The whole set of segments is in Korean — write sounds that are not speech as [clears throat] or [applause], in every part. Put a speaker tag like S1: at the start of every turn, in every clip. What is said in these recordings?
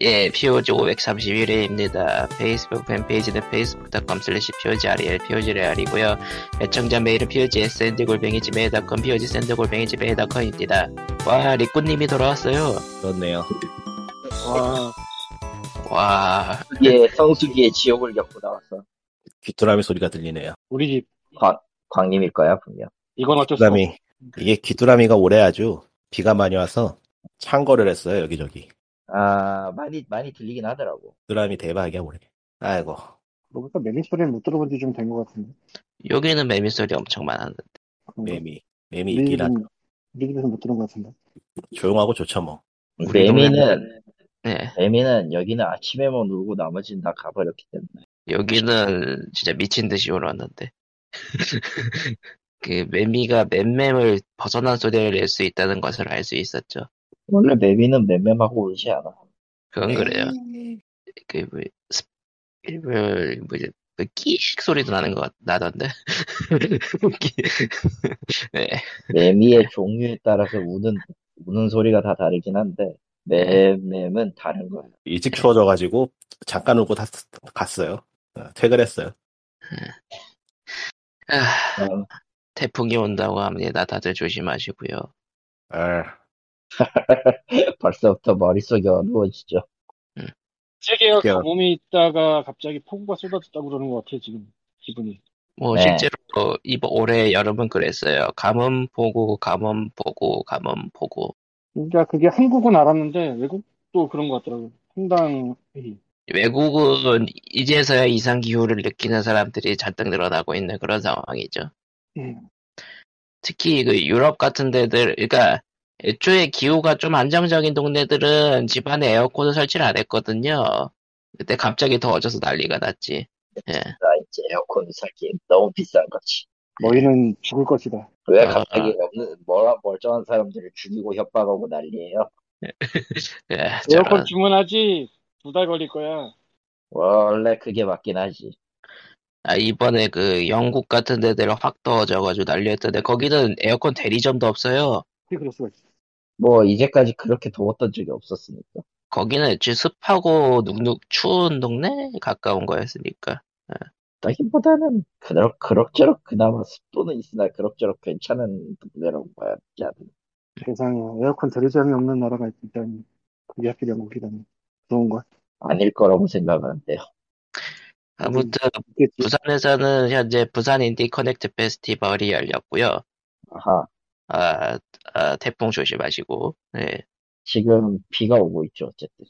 S1: 예, POG 531회입니다. 페이스북 팬페이지는 facebook.com slash POGREL, POGREL이고요. 애청자 메일은 POGSND골뱅이지메일.com, POGSND골뱅이지메일.com입니다. 와, 리꾸님이 돌아왔어요.
S2: 그렇네요.
S3: 와,
S1: 와,
S3: 예, 성수기의 지옥을 겪고 나왔어.
S2: 귀뚜라미 소리가 들리네요.
S4: 우리 집
S3: 광림일 거야, 분명.
S4: 이건 어쩔 수 없어.
S2: 귀뚜라미 이게 귀뚜라미가 올해 아주 비가 많이 와서 창거를 했어요 여기저기.
S3: 아, 많이, 많이 들리긴 하더라고.
S2: 귀뚜라미 대박이야 올해. 아이고
S4: 뭔가 그러니까 매미 소리는 못 들어본 지 좀 된 것 같은데.
S1: 여기는 매미 소리 엄청 많았는데.
S5: 음.
S4: 네,
S2: 매미 매미
S4: 우리
S2: 있긴 하
S4: 집은- 우리 집에서 못 들은 것 같은데.
S2: 조용하고 좋죠 뭐.
S1: 우리
S3: 매미는,
S1: 예,
S3: 매미는 여기는 아침에만 울고 나머지는 다 가버렸기 때문에.
S1: 여기는 진짜 미친 듯이 울었는데. [laughs] 그 매미가 맴맴을 벗어난 소리를 낼 수 있다는 것을 알 수 있었죠.
S3: 원래 매미는 그 맴맴하고 울지 않아.
S1: 그건 그래요. 그, 뭐, 스, 뭐, 뭐지, 그, 끼익 소리도 나는 것, 같- 나던데. [laughs] 끼- 네.
S3: 매미의 그 종류에 따라서 우는, 우는 소리가 다 다르긴 한데, 맴맴은 다른 거야.
S2: 일찍 추워져가지고 잠깐 울고 다, 갔어요. 어, 퇴근했어요.
S1: 아,
S3: 어,
S1: 태풍이 온다고 합니다. 다들 조심하시고요.
S2: 아,
S3: 벌써부터 머릿속이 어두워지죠.
S4: 세계가
S2: 그래요.
S4: 가뭄이 있다가 갑자기 폭우가 쏟아졌다고 그러는 것 같아요, 지금. 기분이.
S1: 뭐,
S3: 네.
S1: 실제로, 이번, 올해 여름은 그랬어요. 감음 보고, 감음 보고, 감음 보고.
S4: 그러니까 그게 한국은 알았는데 외국도 그런 것 같더라고요. 상당히.
S1: 외국은 이제서야 이상 기후를 느끼는 사람들이 잔뜩 늘어나고 있는 그런 상황이죠.
S4: 음.
S1: 특히 그 유럽 같은 데들, 그러니까 애초에 기후가 좀 안정적인 동네들은 집안에 에어컨을 설치를 안 했거든요. 그때 갑자기 더워져서 난리가 났지. 예.
S3: 나 이제 에어컨 사기 너무 비싼 거지.
S4: 너희는 죽을 것이다.
S3: 왜
S1: 아.
S3: 갑자기 없는, 멀, 멀쩡한 사람들을 죽이고 협박하고 난리예요?
S1: 예,
S4: 에어컨
S1: 저런.
S4: 주문하지 두 달 걸릴 거야.
S3: 원래 그게 맞긴 하지.
S1: 아, 이번에 그 영국 같은 데들 확 더워져가지고 난리였던데 거기는 에어컨 대리점도 없어요.
S4: 어떻게 그럴 수가 있어.
S3: 뭐 이제까지 그렇게 더웠던 적이 없었으니까.
S1: 거기는 애초에 습하고 눅눅 추운 동네 가까운 거였으니까.
S3: 나기보다는 그럭 그럭저럭 그나마 습도는 있으나 그럭저럭 괜찮은 동네라고 봐야 되지 않나.
S4: 세상에 에어컨 대리점이 없는 나라가 있다니. 그게 하필 영국이라니. 좋은 걸.
S3: 아닐 거라고 생각하는데요.
S4: 음.
S1: 아무튼
S4: 있겠지.
S1: 부산에서는 현재 부산 인디 커넥트 페스티벌이 열렸고요.
S3: 아하,
S1: 아, 아, 태풍 조심하시고, 예,
S3: 지금 비가 오고 있죠 어쨌든.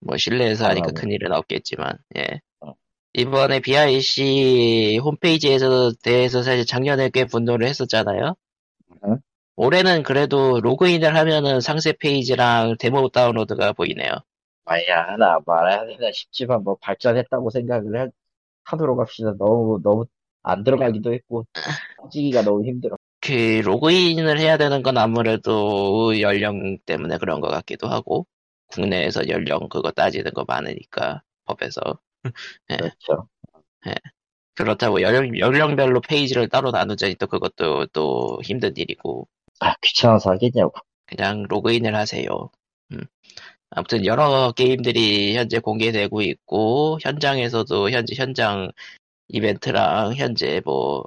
S1: 뭐 실내에서 하니까
S3: 아, 네.
S1: 큰일은 없겠지만, 예.
S3: 어.
S1: 이번에 BIC 홈페이지에서 대해서 사실 작년에 꽤 분노를 했었잖아요.
S3: 응.
S1: 올해는 그래도 로그인을 하면은 상세 페이지랑 데모 다운로드가 보이네요.
S3: 아야 하나 말아야 되나 싶지만 뭐 발전했다고 생각을 하, 하도록 합시다. 너무 너무 안 들어가기도 했고 찍기가 너무 힘들어.
S1: 그 로그인을 해야 되는 건 아무래도 연령 때문에 그런 것 같기도 하고, 국내에서 연령 그거 따지는 거 많으니까, 법에서.
S3: 그렇죠.
S1: 그렇다고 연령, 연령별로 페이지를 따로 나누자니 또 그것도 또 힘든 일이고
S3: 아 귀찮아서 하겠냐고.
S1: 그냥 로그인을 하세요. 음. 아무튼 여러 게임들이 현재 공개되고 있고 현장에서도 현재 현장 이벤트랑 현재 뭐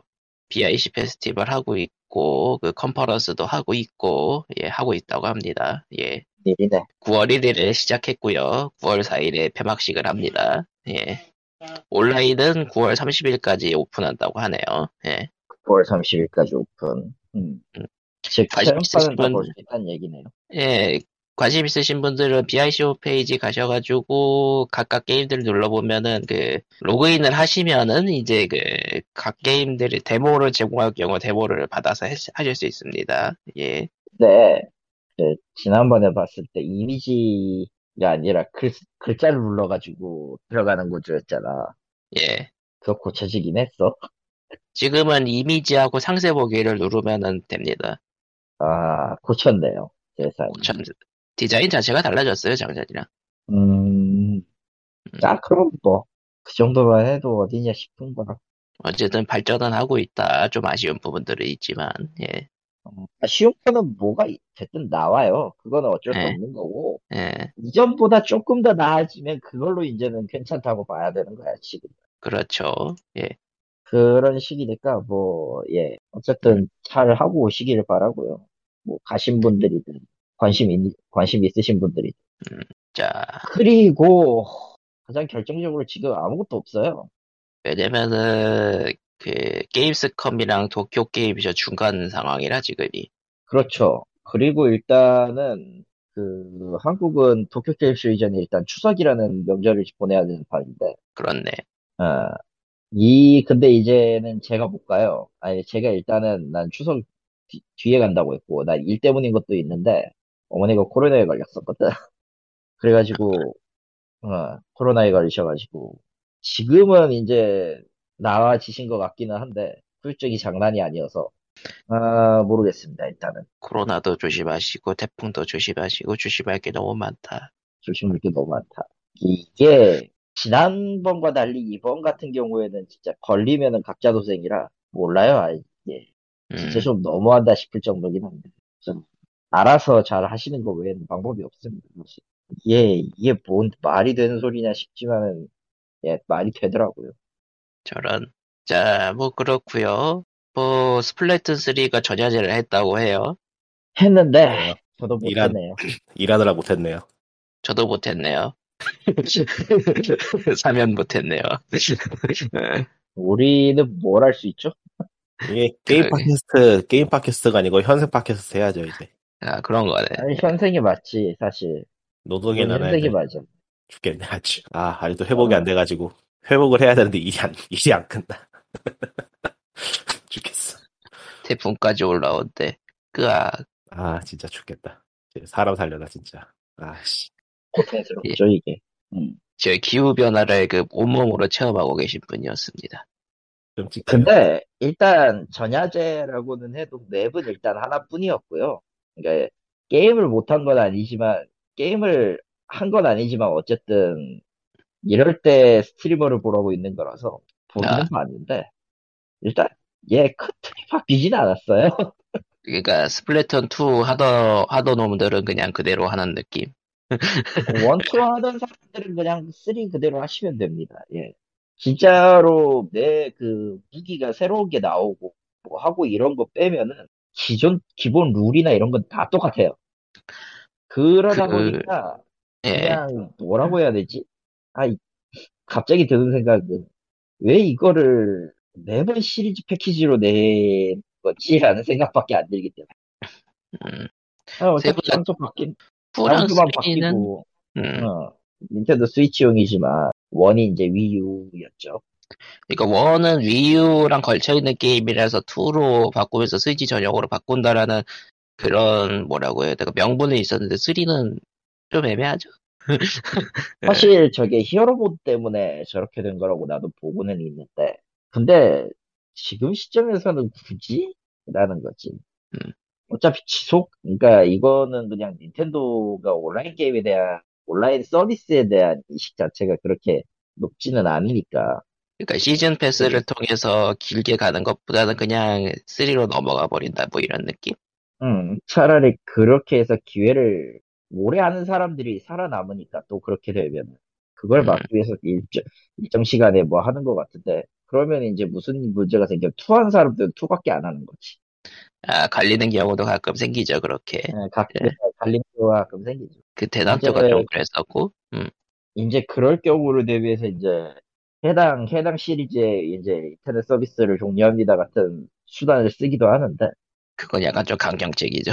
S1: BIC 페스티벌 하고 있고 그 컨퍼런스도 하고 있고 예 하고 있다고 합니다. 예
S3: 일이네.
S1: 9월 1일에 시작했고요. 9월 4일에 폐막식을 합니다. 예 온라인은 9월 30일까지 오픈한다고 하네요. 예
S3: 9월 30일까지 오픈. 음. 즉,
S1: 관심
S3: 체험판은 다
S1: 있으신
S3: 볼 수 있다는 얘기네요.
S1: 예, 관심 있으신 분들은 BIC 홈페이지 가셔가지고 각각 게임들 눌러보면은 그 로그인을 하시면은 이제 그 각 게임들이 데모를 제공할 경우 데모를 받아서 해- 하실 수 있습니다. 예,
S3: 근데, 그 지난번에 봤을 때 이미지가 아니라 글, 글자를 눌러가지고 들어가는 구조였잖아.
S1: 예.
S3: 그거 고쳐지긴 했어.
S1: 지금은 이미지하고 상세 보기를 누르면은 됩니다.
S3: 아, 고쳤네요. 세상에.
S1: 참, 디자인 자체가 달라졌어요, 작년이랑.
S3: 음, 아, 그럼 뭐, 그 정도만 해도 어디냐 싶은 거라.
S1: 어쨌든 발전은 하고 있다. 좀 아쉬운 부분들이 있지만, 예.
S3: 아, 쉬운 거는 뭐가 됐든 나와요. 그거는 어쩔 수
S1: 네.
S3: 없는 거고
S1: 예,
S3: 이전보다 조금 더 나아지면 그걸로 이제는 괜찮다고 봐야 되는 거야 지금.
S1: 그렇죠. 예,
S3: 그런 시기니까 뭐 예 어쨌든 잘 하고 오시기를 바라고요. 뭐 가신 분들이든 관심 있, 관심 있으신 분들이든
S1: 자,
S3: 그리고 가장 결정적으로 지금 아무것도 없어요.
S1: 왜냐면은 그 게임스컴이랑 도쿄 게임쇼 중간 상황이라 지금이
S3: 그렇죠. 그리고 일단은 그 한국은 도쿄 게임쇼 이전에 일단 추석이라는 명절을 보내야 되는 판인데
S1: 그렇네.
S3: 아, 이 근데 이제는 제가 못 가요. 아니 제가 일단은 난 추석 뒤, 뒤에 간다고 했고 나 일 때문인 것도 있는데 어머니가 코로나에 걸렸었거든. [laughs] 그래가지고 어, 코로나에 걸리셔가지고 지금은 이제 나아지신 것 같기는 한데 후유증이 장난이 아니어서 아, 모르겠습니다. 일단은.
S1: 코로나도 조심하시고 태풍도 조심하시고 조심할 게 너무 많다.
S3: 조심할 게 너무 많다. 이게 지난번과 달리 이번 같은 경우에는 진짜 걸리면은 각자 도생이라 몰라요. 아, 이게
S1: 음,
S3: 진짜 좀 너무한다 싶을 정도긴 한데 좀 알아서 잘 하시는 거 외에는 방법이 없습니다. 사실. 이게 이게 뭔 말이 되는 소리냐 싶지만은 예 말이 되더라고요.
S1: 저런. 자, 뭐 그렇고요. 뭐 스플래툰 3가 전야제를 했다고 해요.
S3: 했는데 저도
S2: 어, 이란-
S3: 못했네요. [laughs]
S2: 일하느라 못했네요.
S1: 저도 못했네요. 사면
S3: [laughs]
S1: 못했네요.
S3: 우리는 뭘 할 수 있죠?
S2: 이게 게임
S1: 그러게.
S2: 팟캐스트, 게임 팟캐스트가 아니고 현생 팟캐스트 해야죠, 이제.
S1: 아, 그런 거네.
S3: 아니, 현생이 맞지 사실.
S2: 노동의 나라
S3: 음, 현생이 맞아.
S2: 죽겠네, 아주. 아, 아직도 회복이 안 돼가지고. 회복을 해야 되는데 일이 안, 일이 안 끝나. [laughs] 죽겠어.
S1: 태풍까지 올라온대. 그아,
S2: 아, 진짜 죽겠다. 이제 사람 살려라, 진짜. 아씨.
S3: 고통스럽죠
S2: 예.
S3: 이게. 음.
S1: 저 기후 변화를 그 온몸으로 체험하고 계신 분이었습니다.
S2: 좀 찍혀요.
S3: 근데 일단 전야제라고는 해도 맵은 일단 하나뿐이었고요. 그러니까 게임을 못한 건 아니지만 게임을 한 건 아니지만 어쨌든 이럴 때 스트리머를 보라고 있는 거라서 보기는
S1: 아.
S3: 봤는데 일단 얘큰 틀이 바뀌진 않았어요.
S1: 그러니까 스플래툰 2 하던 하던 놈들은 그냥 그대로 하는 느낌.
S3: 원투 하던 사람들은 그냥 쓰리 그대로 하시면 됩니다. 예. 진짜로 내 그 무기가 새로운 게 나오고 뭐 하고 이런 거 빼면은 기존 기본 룰이나 이런 건 다 똑같아요. 그러다
S1: 그-
S3: 보니까
S1: 예,
S3: 그냥 뭐라고 해야 되지? 아, 이- 갑자기 드는 생각은 왜 이거를 매번 시리즈 패키지로 낸 거지라는 생각밖에 안 들기 때문에.
S1: 음,
S3: 아, 어차피
S1: 세부적-
S3: 장소 바뀐,
S1: 랑
S3: 장소만
S1: 쓰리는
S3: 바뀌고.
S1: 음,
S3: 어, 닌텐도 스위치용이지만 원이 이제 위유였죠.
S1: 그러니까 원은 위유랑 걸쳐 있는 게임이라서 2로 바꾸면서 스위치 전용으로 바꾼다라는 그런 뭐라고 해야 되나 명분은 있었는데 3는 좀 애매하죠. 네.
S3: 사실 저게 히어로본 때문에 저렇게 된 거라고 나도 보고는 있는데 근데 지금 시점에서는 굳이? 라는 거지.
S1: 음.
S3: 어차피 지속? 그러니까 이거는 그냥 닌텐도가 온라인 게임에 대한 온라인 서비스에 대한 인식 자체가 그렇게 높지는 않으니까
S1: 그러니까 시즌 패스를 통해서 길게 가는 것보다는 그냥 3로 넘어가 버린다 뭐 이런 느낌.
S3: 음, 차라리 그렇게 해서 기회를 오래 하는 사람들이 살아남으니까 또 그렇게 되면 그걸
S1: 음.
S3: 막기 위해서 일정, 일정 시간에 뭐 하는 것 같은데 그러면 이제 무슨 문제가 생겨 투한 사람들은 투밖에 안 하는 거지
S1: 아, 갈리는 경우도 가끔 생기죠, 그렇게.
S3: 예, 가끔 갈리는 경우가 가끔 생기죠
S1: 그 대난투가
S3: 이제-
S1: 좀 그랬었고, 음,
S3: 이제 그럴 경우를 대비해서 이제 해당 해당 시리즈의 이제 인터넷 서비스를 종료합니다 같은 수단을 쓰기도 하는데
S1: 그건 약간 좀 강경책이죠.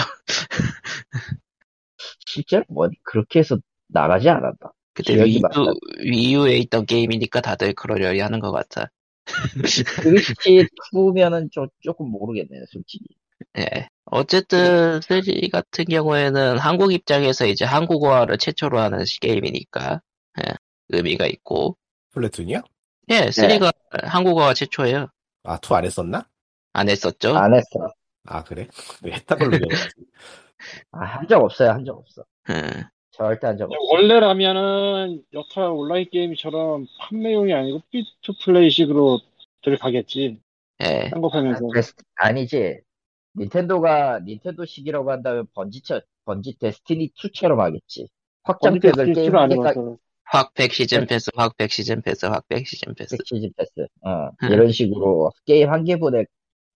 S3: 실제로 뭐 그렇게 해서 나가지 않았다
S1: 그때
S3: 기억이
S1: 위유,
S3: 많다.
S1: 위유에 있던 게임이니까 다들 그러려니 하는 것 같아.
S3: [laughs] 스위치 2면은 좀 조금 모르겠네요 솔직히
S1: 예. 어쨌든, 3 같은 경우에는 한국 입장에서 이제 한국어를 최초로 하는 시- 게임이니까, 예, 의미가 있고,
S2: 플래툰이요?
S1: 예,
S3: 네.
S1: 3가 한국어가 최초예요.
S2: 아, 투 안 했었나?
S1: 안 했었죠?
S3: 안 했어.
S2: 아, 그래? 왜 했다 걸로 기억하지?
S3: 아, 한 적 없어요. 한 적 없어.
S1: 음,
S3: 절대 한 적 없어.
S5: 원래라면은 여타 온라인 게임처럼 판매용이 아니고 피투플레이식으로 들어가겠지.
S1: 예.
S3: 아,
S5: 딴거 팔면서.
S3: 베스트- 아니지. 닌텐도가 닌텐도식이라고 한다면 번지처 번지 데스티니 2처럼 하겠지.
S4: 언제
S3: 확장팩을
S4: 스위치로
S3: 게임에
S4: 안
S3: 딱
S4: 해봐서
S1: 확백
S3: 네.
S1: 시즌 패스, 확백 시즌 패스, 확백 시즌 패스.
S3: 패키지 패스. 어,
S1: 음.
S3: 이런 식으로 게임 한 개분에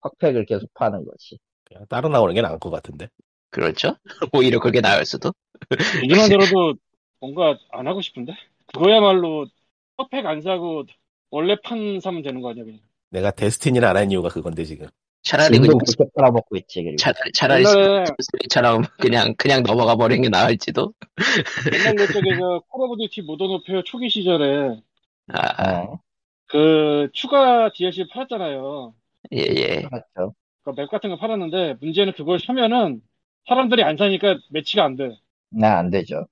S3: 확팩을 계속 파는 거지.
S2: 그냥 따로 나오는 게 나을 것 같은데.
S1: 그렇죠? [laughs] 오히려 그게 나을 수도.
S5: 얘기만 들어도 뭔가 안 하고 싶은데? 그거야말로 퍼펙 안 사고 원래 판 사면 되는 거 아니야 그냥
S2: 내가 데스티니를 안 한 이유가 그건데 지금.
S1: 차라리
S3: 인도
S1: 그냥
S3: 그렇게 팔아먹고 있지. 그리고
S1: 차라리 차라리
S5: 옛날에-
S1: 스위처럼 그냥 그냥 넘어가 버리는 게 나을지도.
S5: 옛날 옛적에서 콜 오브 듀티 모던 오페어 초기 시절에
S1: 아,
S3: 어,
S5: 그 추가 DLC 팔았잖아요
S3: 네.
S1: 예 예.
S3: 그렇죠.
S5: 그러니까 맵 같은 거 팔았는데 문제는 그걸 사면은 사람들이 안 사니까 매치가 안돼
S3: 나안 되죠.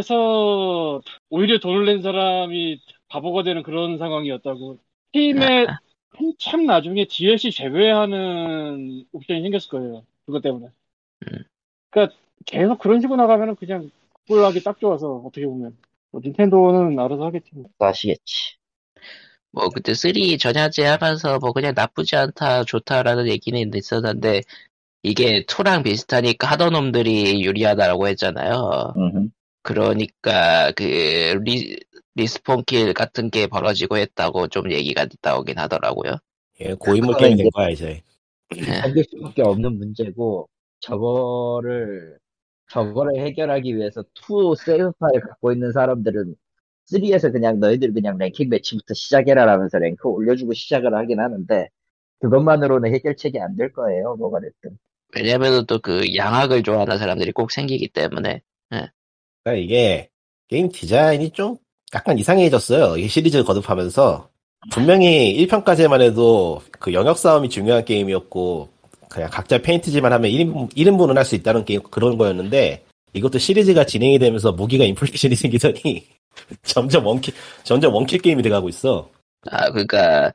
S5: 그래서 오히려 돈을 낸 사람이 바보가 되는 그런 상황이었다고. 팀에 한참 나중에 DLC 제외하는 옵션이 생겼을 거예요. 그것 때문에.
S1: 음.
S5: 그러니까 계속 그런 식으로 나가면 그냥 꿀하기 딱 좋아서 어떻게 보면 뭐 닌텐도는 알아서 하겠지.
S3: 또 아시겠지.
S1: 뭐 그때 3 전야제 하면서 뭐 그냥 나쁘지 않다 좋다라는 얘기는 있었는데 이게 2랑 비슷하니까 하던 놈들이 유리하다라고 했잖아요.
S3: 음.
S1: 그러니까 그 리, 리스폰킬 같은 게 벌어지고 했다고 좀 얘기가 나오긴 하더라고요.
S2: 예, 고인물
S3: 아, 그거는
S2: 게임
S3: 이제-
S2: 된 거야 이제.
S3: 생길 수밖에 없는 문제고 저거를 저거를 해결하기 위해서 2 세이브 파일 갖고 있는 사람들은 3에서 그냥 너희들 그냥 랭킹 매치부터 시작해라 라면서 랭크 올려주고 시작을 하긴 하는데 그것만으로는 해결책이 안 될 거예요 뭐가 됐든
S1: 왜냐면은 또 그 양악을 좋아하는 사람들이 꼭 생기기 때문에
S2: 그러니까 이게 게임 디자인이 좀 약간 이상해졌어요. 이 시리즈 거듭하면서 분명히 1편까지만 해도 그 영역 싸움이 중요한 게임이었고 그냥 각자 페인트지만 하면 1인, 1인분은 할 수 있다는 게임 그런 거였는데 이것도 시리즈가 진행이 되면서 무기가 인플레이션이 [laughs] 생기더니 점점 원킬 점점 원킬 게임이 돼가고 있어.
S1: 아 그러니까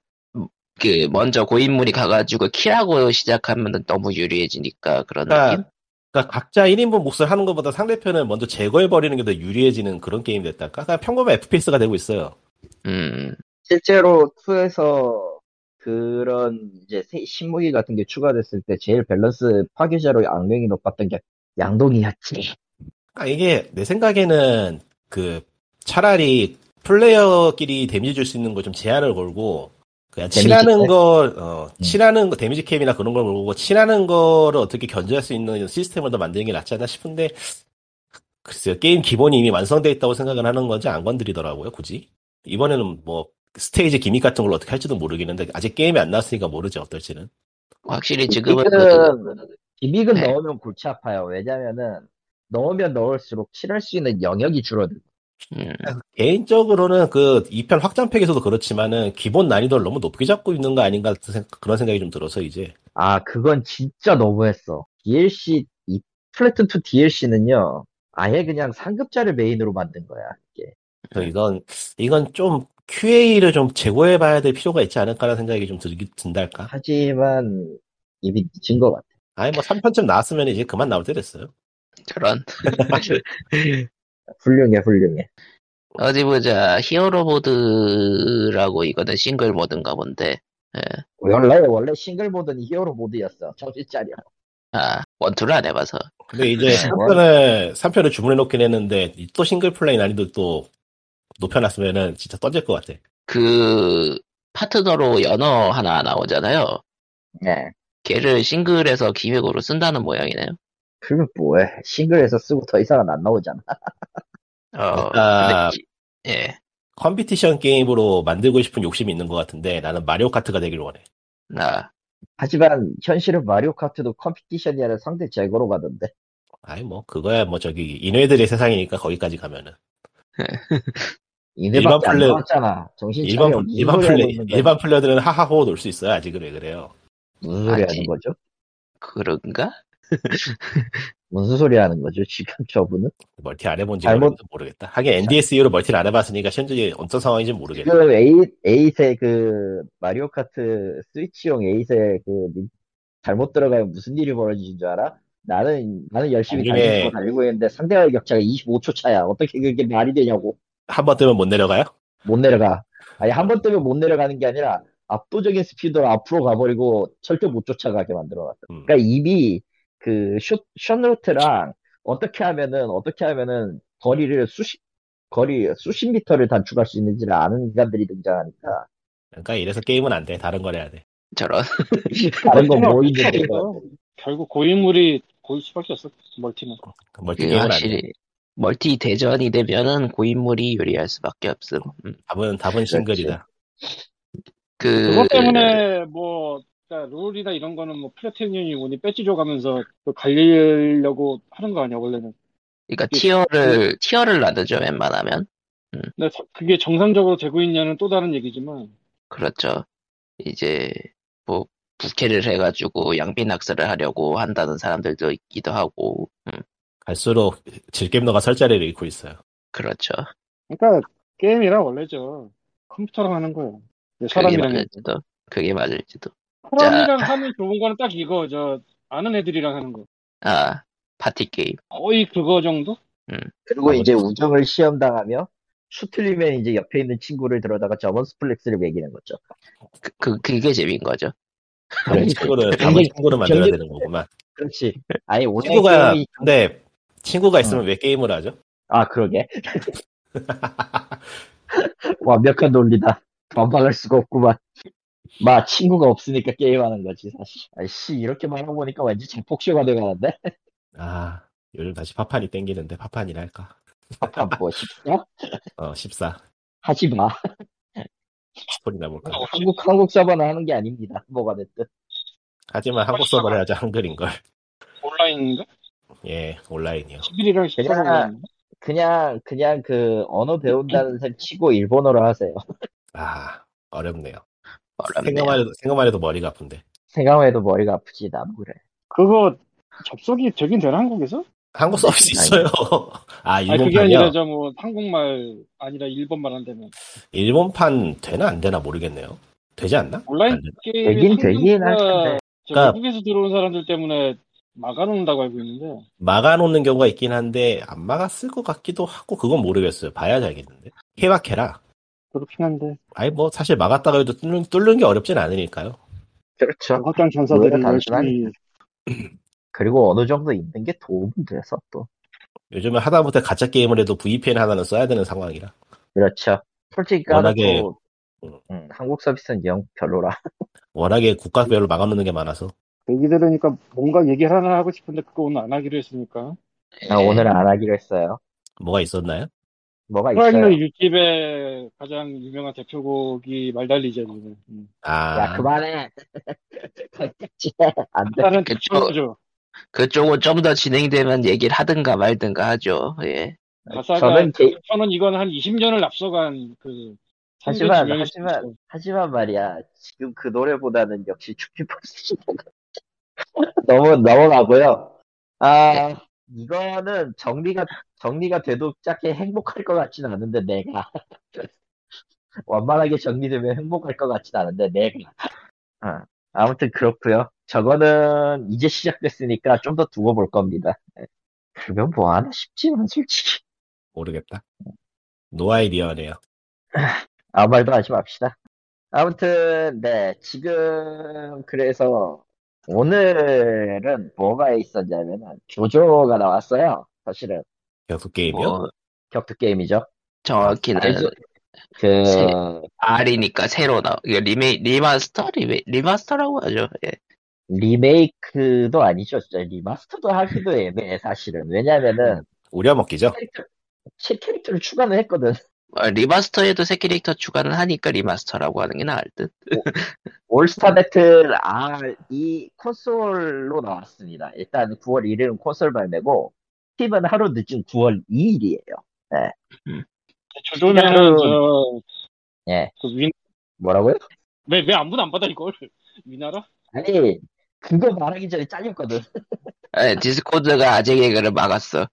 S1: 그 먼저 고인물이 가가지고 키라고 시작하면은 너무 유리해지니까 그런 느낌.
S2: 그러니까, 그러니까 각자 1인분 몫을 하는 것보다 상대편을 먼저 제거해버리는 게 더 유리해지는 그런 게임이 됐달까? 그냥 평범한 FPS가 되고 있어요.
S1: 음
S3: 실제로 2에서 그런 이제 세- 신무기 같은 게 추가됐을 때 제일 밸런스 파괴자로 악명이 높았던 게 양동이였지
S2: 그러니까 이게 내 생각에는 그 차라리 플레이어끼리 데미지 줄 수 있는 거 좀 제한을 걸고 그냥
S3: 데미지
S2: 칠하는
S3: 캡?
S2: 걸, 어,
S3: 음.
S2: 칠하는 거, 데미지 캡이나 그런 걸 걸고 칠하는 거를 어떻게 견제할 수 있는 시스템을 더 만드는 게 낫지 않나 싶은데 글쎄요 게임 기본이 이미 완성돼 있다고 생각을 하는 건지 안 건드리더라고요 굳이 이번에는 뭐 스테이지 기믹 같은 걸 어떻게 할지도 모르긴 한데 아직 게임이 안 나왔으니까 모르지 어떨지는
S1: 확실히 지금은
S3: 지금은 기믹은
S1: 네.
S3: 넣으면 골치 아파요. 왜냐면은 넣으면 넣을수록 칠할 수 있는 영역이 줄어들.
S1: 음,
S2: 개인적으로는 그 2편 확장팩에서도 그렇지만은 기본 난이도를 너무 높게 잡고 있는 거 아닌가 같은 생- 그런 생각이 좀 들어서 이제
S3: 아 그건 진짜 너무했어. DLC 이 플래툰 2 DLC는요 아예 그냥 상급자를 메인으로 만든 거야. 이게
S2: 그래서 이건 이건 좀 QA를 좀 제고해 봐야 될 필요가 있지 않을까라는 생각이 좀 들기 든달까
S3: 하지만 이미 늦은 것 같아.
S2: 아니 뭐 3편쯤 나왔으면 이제 그만 나올 때 됐어요
S1: 저런
S3: 훌륭해 훌륭해.
S1: 어디 보자 히어로 모드라고 이거는 싱글 모드인가 본데
S3: 원래 원래 싱글 모드는 히어로 모드였어. 정신 차려.
S1: 아 원투를 안 해봐서
S2: 근데 이제
S3: 네.
S2: 3편을 3편을 주문해 놓긴 했는데 이또 싱글 플레이 난이도 또 높여놨으면은 진짜 떠질 것 같아
S1: 그 파트너로 연어 하나 나오잖아요.
S3: 네.
S1: 걔를 싱글에서 기획으로 쓴다는 모양이네요.
S3: 그러면 뭐해? 싱글에서 쓰고 더 이상은 안 나오잖아.
S1: 어,
S2: 아.
S1: 근데 기- 예,
S2: 컴피티션 게임으로 만들고 싶은 욕심이 있는 것 같은데 나는 마리오 카트가 되길 원해
S1: 나
S3: 하지만 현실은 마리오 카트도 컴피티션이 아니라 상대 제거로 가던데.
S2: 아이 뭐 그거야 뭐 저기 인외들의 세상이니까 거기까지 가면은 일반
S3: 이네밖에 안
S2: 플레이-
S3: 나왔잖아. 정신 차려.
S2: 일반 플-
S3: 무슨
S2: 일반
S3: 소리 하고
S2: 플레이
S3: 있는 거야?
S2: 일반 플레이어들은 하하호 놀 수 있어요 아직은 왜 그래요
S3: 무슨 소리
S1: 아직.
S3: 하는 거죠?
S1: 그런가?
S3: 무슨 소리 하는 거죠? 지금 [laughs] 저분은
S2: 멀티 안 해본지 잘못...
S3: 잘못-
S2: 모르겠다 하긴 NDS 이후로 멀티를 안 해봤으니까 현재 어떤 상황인지 모르겠다
S3: 지금 에잇 에잇의 그 마리오 카트 스위치용 에잇의 그 민- 잘못 들어가면 무슨 일이 벌어지는 줄 알아? 나는 나는 열심히
S2: 아니, 왜-
S3: 달리고 달리고 있는데 상대와의 격차가 25초 차야. 어떻게 그게 말이 되냐고?
S2: 한 번 뜨면 못 내려가요?
S3: 못 내려가. 아니 한 번 뜨면 못 내려가는 게 아니라 압도적인 스피드로 앞으로 가버리고 절대 못 쫓아가게 만들어놨다.
S2: 음.
S3: 그러니까 이미 그 숏, 숏루트랑 어떻게 하면은 어떻게 하면은 거리를 수십 거리 수십 미터를 단축할 수 있는지를 아는 인간들이 등장하니까
S2: 그러니까 이래서 게임은 안 돼. 다른 걸 해야 돼.
S1: 저런
S5: [laughs]
S3: 다른 건 뭐 있는
S5: 어떻게
S3: 거야?
S5: 해요? 결국 고인물이 고일 수밖에 없어 멀티는
S2: 그 멀티
S1: 그
S2: 게임은 안 돼.
S1: 확실히 멀티 대전이 되면은 고인물이 유리할 수밖에 없음. 음.
S2: 답은 답은 싱글이다.
S1: 그
S5: 그것 때문에 뭐 그러니까 룰이나 이런 거는 뭐 플래티넘이 오니 빼지줘가면서 또 갈리려고 하는 거 아니야 원래는
S1: 그러니까 티어를 티어를 나누죠 웬만하면
S5: 근데 자- 그게 정상적으로 되고 있냐는 또 다른 얘기지만
S1: 그렇죠. 이제 뭐 부캐를 해가지고 양비 낙서를 하려고 한다는 사람들도 있기도 하고 음,
S2: 갈수록 질겜너가 설 자리를 잃고 있어요.
S1: 그렇죠.
S5: 그러니까 게임이라 원래죠 컴퓨터랑 하는 거예요 근데
S1: 그게
S5: 사람이랑
S1: 맞을지도 그게 맞을지도.
S5: 사람이랑 하면 좋은 거는 딱 이거 저 아는 애들이랑 하는 거
S1: 아 파티 게임.
S5: 거의 그거 정도?
S3: 그리고
S5: 아,
S3: 이제 우정을 시험당하며 슛 틀리면 이제 옆에 있는 친구를 들어다가 저번 스플렉스를 매기는 거죠.
S1: 그, 그 그게 재미인 거죠.
S2: 답은 친구를 답은
S3: 경쟁-
S2: 친구를 만들어야
S3: 경쟁-
S2: 되는 거구만.
S3: 그렇지. 아예 온라인
S2: 친구가
S3: 게임이- 어.
S2: 근데 친구가 있으면 왜 게임을 하죠?
S3: 아 그러게. 완벽한 논리다. 반박할 수가 없구만. 마 친구가 없으니까 게임하는 거지 사실. 아이씨 이렇게 말하고 보니까 왠지 쟁폭쇼가 돼가는데.
S2: 아 요즘 다시 파판이 땡기는데 파판이라 할까?
S3: 아까 뭐 싶어?
S2: 어 14.
S3: 하지 마.
S2: 스토리나 볼까?
S3: 한국 한국 서버는 하는 게 아닙니다. 뭐가 됐든.
S2: 하지만 한국 서버를 해야지 한글인 걸.
S5: 온라인인가?
S2: 예 온라인이요.
S5: 11이랑 14랑
S3: 그냥 그냥 그 언어 배운다는 셈 치고 일본어로 하세요.
S2: 아 어렵네요.
S1: 어렵네요.
S2: 생각만 해도 생각만 해도 머리가 아픈데.
S3: 생각해도 머리가 아프지 나도 그래.
S5: 그거 접속이 되긴 되나 한국에서?
S2: 한국 서비스 있어요. [laughs] 아
S5: 아니 그게 아니라
S2: 일본판이요?
S5: 저 뭐 한국말 아니라 일본말 한다면
S2: 일본판 되나 안 되나 모르겠네요. 되지 않나?
S5: 온라인
S2: 안 되나?
S5: 게임
S3: 되긴 되긴 할 텐데.
S2: 그러니까-
S5: 외국에서 들어온 사람들 때문에 막아놓는다고 알고 있는데
S2: 막아놓는 경우가 있긴 한데 안 막았을 것 같기도 하고 그건 모르겠어요. 봐야지 알겠는데. 케바케라.
S5: 그렇긴 한데
S2: 아니 뭐 사실 막았다고 해도 뚫는, 뚫는 게 어렵진 않으니까요.
S3: 그렇죠.
S4: 확장 전사들이
S3: 노예가
S4: 열심히
S3: 그리고 어느 정도 있는 게 도움이 돼서 또.
S2: 요즘에 하다못해 가짜 게임을 해도 VPN 하나는 써야 되는 상황이라.
S3: 그렇죠. 솔직히 까놓고
S2: 워낙에-
S3: 음, 한국 서비스는 영 별로라.
S2: 워낙에 국가별로 막아놓는 게 많아서
S5: 얘기 들으니까 뭔가 얘기를 하나 하고 싶은데 그거 오늘 안 하기로 했으니까
S2: 예.
S3: 아, 오늘 안 하기로 했어요.
S2: 뭐가 있었나요?
S3: 뭐가 있어요?
S5: 아, 프라이너 유집의 가장 유명한 대표곡이 말달리제는 음.
S2: 아
S3: 야 그만해. [laughs] 건딱지 안 돼.
S5: 일단은
S1: 그쵸.
S5: 그죠
S1: 그쪽은 좀 더 진행되면 얘기를 하든가 말든가 하죠. 예.
S5: 가사가
S3: 네, 저는 그 개-
S5: 저는 이건 한 20년을 앞서간 그
S3: 하지만
S5: 상대 지명일 수도
S3: 하지만
S5: 있어요.
S3: 하지만 말이야 지금 그 노래보다는 역시 축지버스가 [laughs] 너무 넘어가고요. 아 이거는 정리가 정리가 돼도 짧게 행복할 것 같진 않은데 내가 [laughs] 완만하게 정리되면 행복할 것 같진 않은데 내가 아, 아무튼 그렇고요. 저거는 이제 시작됐으니까 좀 더 두고 볼 겁니다. 네. 그러면 뭐 하나 싶지만 솔직히
S2: 모르겠다. 노아이디어네요.
S3: 아무 말도 하지 맙시다. 아무튼, 네, 지금, 그래서, 오늘은 뭐가 있었냐면은, 조조가 나왔어요. 사실은,
S2: 계속 게임이요? 아,
S1: 뭐
S3: 격투게임이죠.
S1: 정확히는
S3: 알죠? 그,
S1: 네. 세- R이니까 새로 나오. 이거 리메 리마스터 리메 리마스터라고 하죠. 예.
S3: 리메이크도 아니죠. 진짜 리마스터도 하기도 애매해, 사실은. 왜냐면은,
S2: 우려먹기죠?
S3: 캐릭터, 새 캐릭터를 추가는 했거든.
S1: 어, 리마스터에도 새 캐릭터 추가는 하니까 리마스터라고 하는 게 나을 듯.
S3: 올스타 배틀 R이 콘솔로 나왔습니다. 일단 9월 1일은 콘솔 발매고, 스팀은 하루 늦은 9월 2일이에요.
S5: 조조면은 저
S3: 예,
S5: 그 윈-
S3: 뭐라고요?
S5: 왜, 왜 아무도 안 받아, 이걸? 위나라?
S3: 아니, 그거 말하기 전에 잘렸거든.
S1: 예, 디스코드가 아재 개그를
S3: [laughs]
S1: 막았어.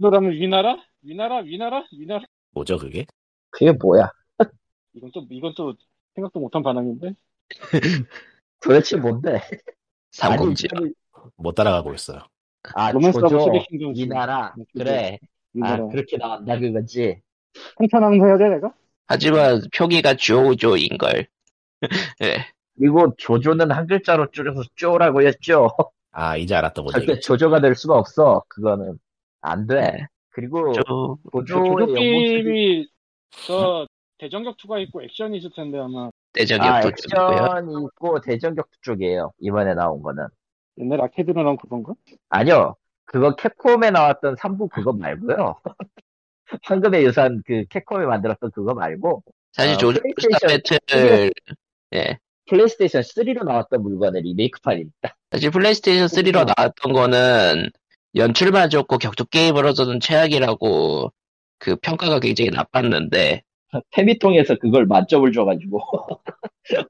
S5: 그러면 위나라? 위나라? 위나라? 위나라?
S2: 뭐죠 그게?
S3: 그게 뭐야?
S5: 이건 또, 이건 또 생각도 못한 반응인데?
S3: 도대체 뭔데?
S1: 삼국지.
S3: 아니,
S2: 못 따라가고 있어요.
S3: 아,
S5: 로맨스하고
S3: 조조,
S5: 소개 신경 쓰지.
S3: 이 나라. 그래.
S5: 이
S3: 아,
S5: 나라.
S3: 그렇게 나온다, 그거지.
S5: 한편 하면서 해야 돼, 내가?
S1: 하지만 표기가 조조인걸. 예.
S3: 그리고 조조는 한 글자로 줄여서 쪼라고 했죠.
S2: 아, 이제 알았다 보니.
S3: [laughs] 절대 조조가 될 수가 없어. 그거는 안 돼. 그리고
S1: 조,
S3: 조조의
S5: 조조
S3: 연봉
S5: 게임이 저 대전격투가 있고 액션이 있을 텐데 아마
S3: 아,
S1: 대적이었던 거고요.
S3: 액션이 있고 대전격투 쪽이에요. 이번에 나온 거는.
S4: 옛날 아케이드로 나온 그건가?
S3: 아니요. 그거 캡콤에 나왔던 3부 그거 말고요. [laughs] 황금의 유산 그 캡콤이 만들었던 그거 말고
S1: 사실
S3: 아,
S1: 조조
S3: 플레이스테이션
S1: 스타 배틀, 예.
S3: 플레이스테이션 3로 나왔던 물건의 리메이크판입니다.
S1: 사실 플레이스테이션 3로 나왔던 거는 연출만 좋고 격투 게임으로서는 최악이라고 그 평가가 굉장히 나빴는데
S3: 페미통에서 그걸 만점을 줘가지고 [laughs] 어?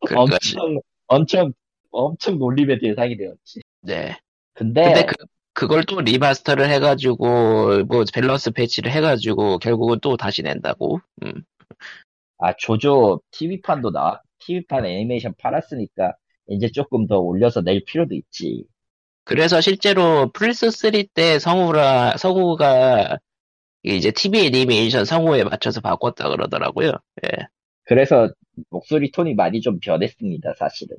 S1: 그러니까
S3: 엄청 엄청 엄청 놀림의 대상이 되었지.
S1: 네.
S3: 근데,
S1: 근데 그 그걸 또 리마스터를 해가지고 뭐 밸런스 패치를 해가지고 결국은 또 다시 낸다고. 음.
S3: 아 조조 TV판도 나 TV판 애니메이션 팔았으니까 이제 조금 더 올려서 낼 필요도 있지.
S1: 그래서 실제로 플스 3 때 성우라 성우가 이제 TV 애니메이션 성우에 맞춰서 바꿨다 그러더라고요. 예.
S3: 그래서 목소리 톤이 많이 좀 변했습니다, 사실은.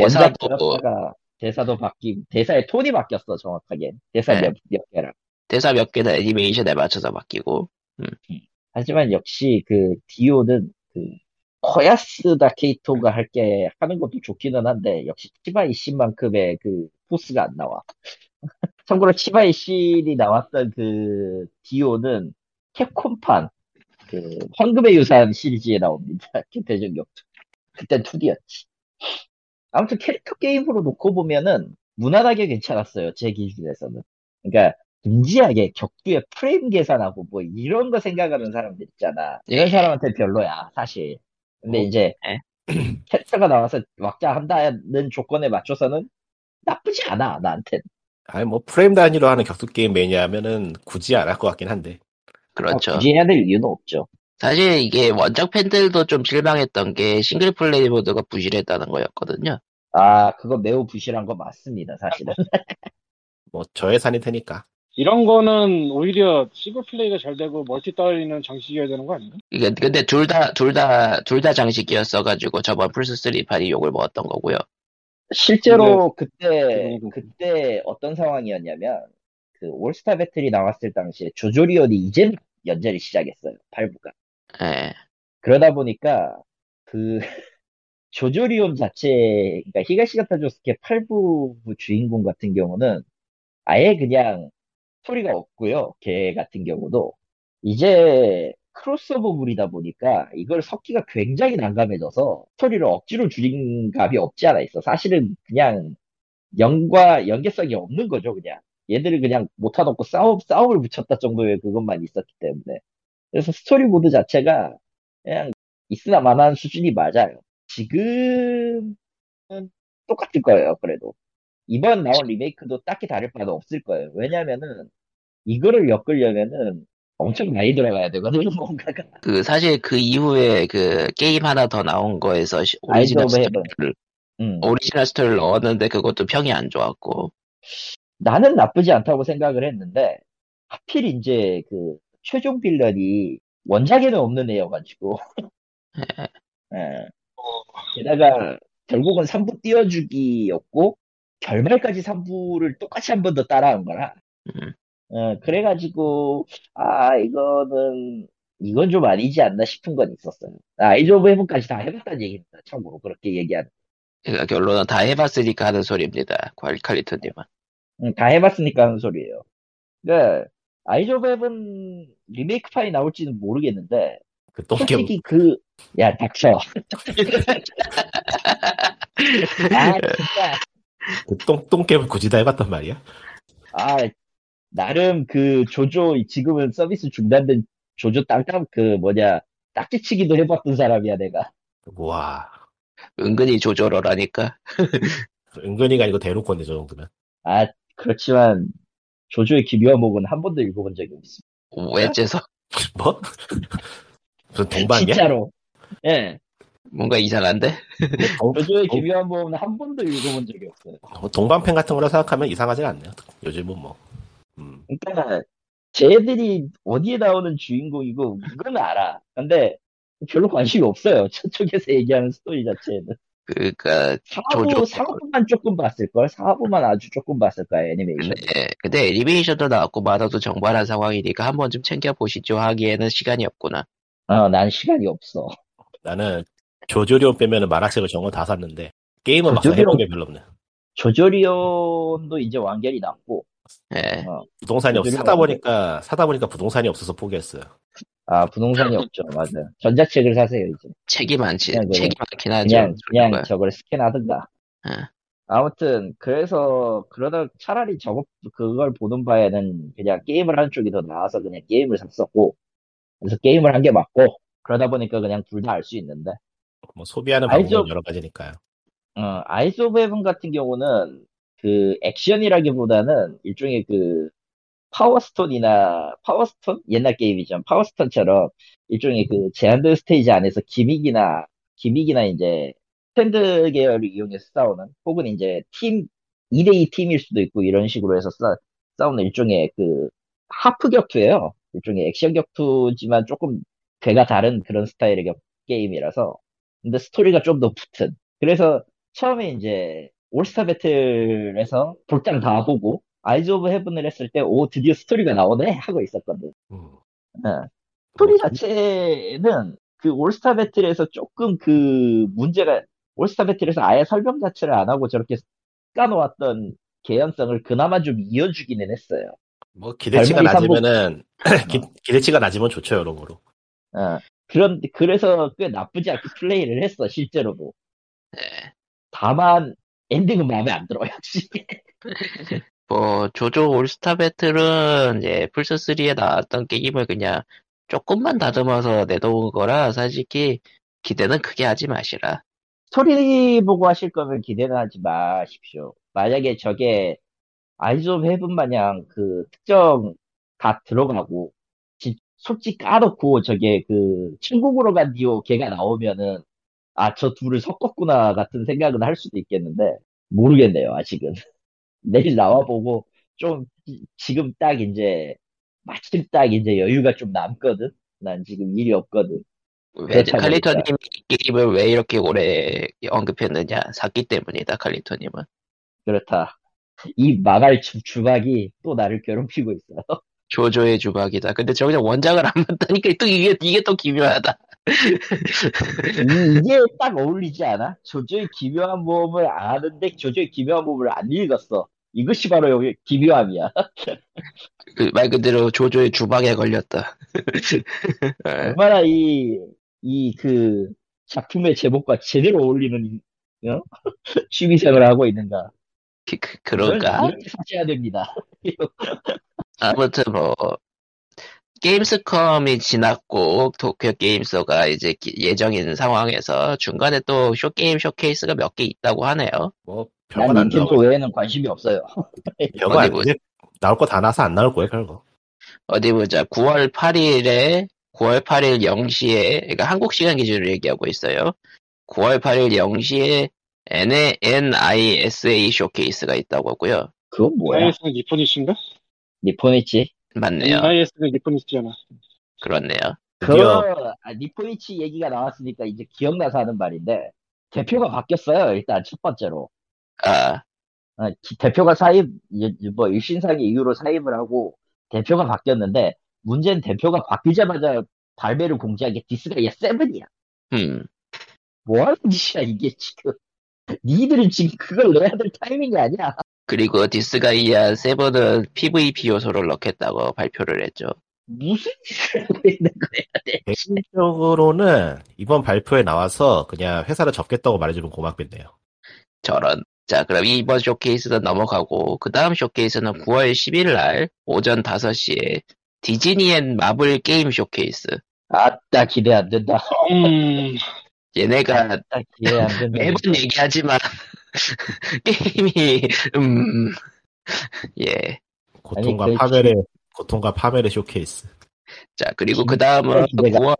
S3: 원작
S1: 대사도 뭐
S3: 작가가 대사도 바뀌고 대사의 톤이 바뀌었어 정확하게 대사
S1: 네.
S3: 몇, 몇 개랑
S1: 대사 몇 개는 애니메이션에 맞춰서 바뀌고.
S3: 하지만 역시 그 디오는 그 코야스 다케이토가 할 게 하는 것도 좋기는 한데 역시 치바이 씨만큼의 그 포스가 안 나와 참고로 치바이 씨이 나왔던 그 디오는 캡콤판 그 황금의 유산 시리즈에 나옵니다 [laughs] 그 대전 격투 그땐 2D였지 아무튼 캐릭터 게임으로 놓고 보면은 무난하게 괜찮았어요 제 기준에서는 그러니까 진지하게 격투의 프레임 계산하고 뭐 이런 거 생각하는 사람들 있잖아. 이런 사람한테 별로야, 사실. 근데 이제
S1: 네.
S3: [clears throat] 캐릭터가 나와서 왁자한다는 조건에 맞춰서는 나쁘지 않아, 나한텐.
S2: 아니, 뭐, 프레임 단위로 하는 격투 게임 매니아면은 굳이 안 할 것 같긴 한데.
S1: 그렇죠.
S3: 어, 굳이 해야 될 이유는 없죠.
S1: 사실 이게 원작 팬들도 좀 실망했던 게 싱글 플레이 모드가 부실했다는 거였거든요.
S3: 아, 그거 매우 부실한 거 맞습니다, 사실은.
S2: 뭐, 저예산일 테니까.
S5: 이런 거는 오히려 싱글 플레이가 잘 되고 멀티 따위는 장식이어야 되는 거 아닌가?
S1: 이게 근데 둘 다 둘 다 둘 다 장식이었어가지고 저번 플스 3판이 욕을 먹었던 거고요.
S3: 실제로 그때,
S4: 그거는-
S3: 그때 어떤 상황이었냐면, 그 올스타 배틀이 나왔을 당시에 조조리온이 이제 연재를 시작했어요, 8부가.
S1: 예.
S3: 그러다 보니까 그 [laughs] 조조리온 자체, 그러니까 히가시가타 조스케 8부 주인공 같은 경우는 아예 그냥 소리가 없고요. 걔 같은 경우도 이제 크로스오버물이다 보니까 이걸 섞기가 굉장히 난감해져서 스토리를 억지로 줄인 감이 없지 않아 있어. 사실은 그냥 연과 연계성이 없는 거죠, 그냥. 얘들을 그냥 못하놓고 싸움, 싸움을 붙였다 정도의 그것만 있었기 때문에. 그래서 스토리 모드 자체가 그냥 있으나 마나한 수준이 맞아요. 지금은 똑같을 거예요, 그래도. 이번 나온 리메이크도 딱히 다를 바는 없을 거예요. 왜냐면은, 이거를 엮으려면은 엄청 많이 들어가야 되거든요, [laughs] 뭔가가.
S1: 그 사실 그 이후에 그 게임 하나 더 나온 거에서 시-
S3: 아이즈
S1: 오리지널
S3: 오브 헤븐.
S1: 스토리를
S3: 음.
S1: 오리지널 스토리를 넣었는데 그것도 평이 안 좋았고.
S3: 나는 나쁘지 않다고 생각을 했는데, 하필 이제 그, 최종 빌런이 원작에는 없는 애여가지고. [laughs] 예. 게다가, 결국은 3부 띄워주기였고, 결말까지 3부를 똑같이 한 번 더 따라한 거라.
S1: 음.
S3: 어, 그래가지고, 아, 이거는, 이건 좀 아니지 않나 싶은 건 있었어요. 아, 이즈 오브 헤븐까지 다 해봤다는 얘기입니다. 참고로 그렇게 얘기하는.
S1: 그러니까 결론은 다 해봤으니까 하는 소리입니다. 퀄리카리토님은.
S3: 응, 다 해봤으니까 하는 소리예요. 근데, 아이즈 오브 헤븐 리메이크 판이 나올지는 모르겠는데,
S2: 그 똥겜,
S3: 솔직히 그,
S2: [laughs]
S3: 야, 닥쳐. 아, 진짜.
S2: 그 똥, 똥겜을 굳이 다 해봤단 말이야?
S3: 아, 나름 그 조조, 지금은 서비스 중단된 조조 땅땅 그 뭐냐, 딱지치기도 해봤던 사람이야, 내가.
S2: 우와.
S1: 은근히 조조러라니까.
S2: 은근히가 아니고 대놓고 인데저 정도면. [laughs]
S3: 아, 그렇지만, 조조의 기묘한 은한 번도 읽어본 적이 없어.
S1: 웹에서 [laughs]
S2: 뭐? 무슨 동방이야?
S3: 진짜로. 예.
S1: 뭔가 이상한데?
S2: 동,
S3: 조조의
S2: 동-
S3: 기묘한 은한 번도 읽어본 적이 없어요.
S2: 뭐 동방팬 같은 거라 생각하면 이상하진 않네요. 요즘은 뭐. 음.
S3: 그러니까 쟤들이 어디에 나오는 주인공이고 이건 알아. 근데 별로 관심이 없어요. 저쪽에서 얘기하는 스토리 자체에는.
S1: 그니까, 저- 저-
S3: 사부, 사부만 조금 봤을걸? 사부만 아주 조금 봤을까요, 애니메이션?
S1: 예, 근데 애니메이션도 나왔고 만화도 정발한 상황이니까 한 번쯤 챙겨보시죠 하기에는 시간이 없구나.
S3: 어, 난 시간이 없어.
S2: 나는 조조리온 빼면은 만화책을 전부 다 샀는데 게임은 막상
S3: 조조리온-
S2: 해본 게 별로 없네.
S3: 조조리온도 이제 완결이 났고,
S1: 예,
S2: 부동산이 없어
S3: 조조리온
S2: 사다
S3: 없네.
S2: 보니까 사다 보니까 부동산이 없어서 포기했어요.
S3: 아, 부동산이 없죠. 맞아요. 전자책을 사세요, 이제.
S1: 책이 많지,
S3: 그냥 그래요.
S1: 책이 많긴 하죠. 뭐,
S3: 그냥,
S1: 그런
S3: 그냥
S1: 거야.
S3: 저걸 스캔하든가.
S1: 예.
S3: 아무튼, 그래서, 그러다 차라리 저거, 그걸 보는 바에는 그냥 게임을 하는 쪽이 더 나아서 그냥 게임을 샀었고, 그래서 게임을 한 게 맞고, 그러다 보니까 그냥 둘 다 알 수 있는데,
S2: 뭐 소비하는
S3: 알죠.
S2: 방법은 여러 가지니까요.
S3: 어, 아이스 오브 헤븐 같은 경우는 그 액션이라기보다는 일종의 그 파워스톤이나 파워스톤? 옛날 게임이죠. 파워스톤처럼 일종의 그 제한된 스테이지 안에서 기믹이나 기믹이나 이제 스탠드 계열을 이용해서 싸우는 혹은 이제 팀 2대2 팀일 수도 있고 이런 식으로 해서 싸, 싸우는 일종의 그 하프 격투예요. 일종의 액션 격투지만 조금 괴가 다른 그런 스타일의 격- 게임이라서 근데 스토리가 좀 더 붙은 그래서 처음에 이제 올스타 배틀에서 볼장 다 보고 아이즈 오브 헤븐을 했을 때 오 드디어 스토리가 나오네 하고 있었거든.
S2: 음.
S3: 네. 스토리 자체는 그 올스타 배틀에서 조금 그 문제가 올스타 배틀에서 아예 설명 자체를 안 하고 저렇게 까놓았던 개연성을 그나마 좀 이어주기는 했어요.
S2: 뭐 기대치가
S3: 발목이 삼복-
S2: 낮으면은
S3: 네,
S2: 기, 기대치가 낮으면 좋죠 여러 거로.
S3: 어, 그런 그래서 꽤 나쁘지 않게 플레이를 했어 실제로도. 네.
S1: 예.
S3: 다만 엔딩은 마음에 안 들어 역시.
S1: 뭐 조조 올스타 배틀은 이제 플스 3에 나왔던 게임을 그냥 조금만 다듬어서 내놓은 거라 솔직히 기대는 크게 하지 마시라.
S3: 스토리 보고 하실 거면 기대는 하지 마십시오. 만약에 저게 아이즈 오브 헤븐 마냥 그 특정 다 들어가고 지- 솔직히 까놓고 저게 그 천국으로 간 디오 걔가 나오면은 아 저 둘을 섞었구나 같은 생각은 할 수도 있겠는데 모르겠네요 아직은 [laughs] 내일 나와보고 좀 지- 지금 딱 이제 마침 딱 이제 여유가 좀 남거든 난 지금 일이 없거든
S1: 왠지
S3: 그렇다 보니까.
S1: 칼리터님 이 게임을 왜 이렇게 오래 언급했느냐 샀기 때문이다 칼리터님은.
S3: 그렇다. 이 망할 주, 주박이 또 나를 괴롭히고 있어.
S1: 조조의 주박이다. 근데 저 그냥 원작을 [laughs] 안 봤다니까 또 이게 이게 또 기묘하다.
S3: 이- 이게 딱 어울리지 않아? 조조의 기묘한 모험을 아는데 조조의 기묘한 모험을 안 읽었어. 이것이 바로 여기 기묘함이야. [laughs]
S1: 그 말 그대로 조조의 주박에 걸렸다. [laughs] 예.
S3: 얼마나 이, 이 그 작품의 제목과 제대로 어울리는 어? [laughs] 취미생활을 하고 있는가.
S1: 그- 그- 그런가?
S3: 이렇게 사셔야 됩니다.
S1: 아무튼 뭐 게임스컴이 지났고 도쿄 게임쇼가 이제 기- 예정인 상황에서 중간에 또 쇼게임 쇼케이스가 몇 개 있다고 하네요.
S2: 뭐
S3: 난
S2: 별거 안 나올
S3: 닌텐도 외에는 관심이 없어요.
S2: 별거 안
S1: 어디
S2: 이제 나올 거 다 나서 안 나올 거예요 결국.
S1: 어디 보자. 9월 8일에 9월 8일 0시에 그러니까 한국 시간 기준으로 얘기하고 있어요. 9월 8일 0시에 NISA 쇼케이스가 있다고 하고요.
S3: 그건 뭐야? 네,
S5: 나이스는 니폰이신가?
S3: 니포니치?
S5: 음,
S1: 맞네요.
S5: 나이스는 니폰이시잖아.
S1: 그렇네요.
S2: 드디어
S3: 그거 아, 니포이치 얘기가 나왔으니까 이제 기억나서 하는 말인데 대표가 바뀌었어요 일단 첫 번째로
S1: 아,
S3: 어, 기- 대표가 사입 이제 뭐 일신상의 이유로 사입을 하고 대표가 바뀌었는데 문제는 대표가 바뀌자마자 발매를 공지한 게 디스가 얘 세븐이야
S1: 음.
S3: 뭐 하는 짓이야 이게 지금 니들은 지금 그걸 내야 될 타이밍이 아니야
S1: 그리고 디스가이아 세븐은 PVP 요소를 넣겠다고 발표를 했죠.
S3: 무슨 짓을 하고 있는 네.
S2: 개인적으로는 이번 발표에 나와서 그냥 회사를 접겠다고 말해주면 고맙겠네요.
S1: 저런. 자, 그럼 이번 쇼케이스는 넘어가고, 그 다음 쇼케이스는 9월 10일 날 오전 5시에 디즈니 앤 마블 게임 쇼케이스.
S3: 아따 기대 안 된다
S5: 음,
S1: 얘네가
S3: 아따 기대 안 된다
S1: 매번 얘기하지만, [laughs] 게임이, 음, 예.
S2: 고통과
S3: 아니, 그
S2: 파멸의 고통과 파멸의 쇼케이스.
S1: 자, 그리고 그 다음은
S3: 내가-
S1: 9월,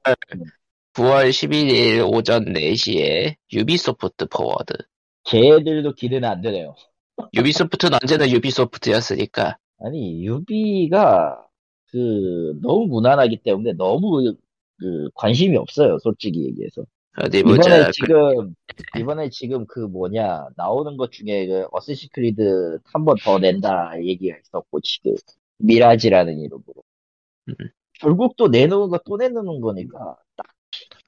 S1: 9월 11일 오전 4시에 유비소프트 포워드.
S3: 걔들도 기대는 안 되네요
S1: 유비소프트는 언제나 유비소프트였으니까.
S3: 아니, 유비가 그 너무 무난하기 때문에 너무 그 관심이 없어요, 솔직히 얘기해서.
S1: 어디
S3: 이번에
S1: 보자. 그-
S3: 지금 이번에 지금 그 뭐냐 나오는 것 중에 그 어쌔신 크리드 한 번 더 낸다 얘기가 있었고 지금 미라지라는 이름으로
S1: 음.
S3: 결국 또 내놓은 거 또 내놓는 거니까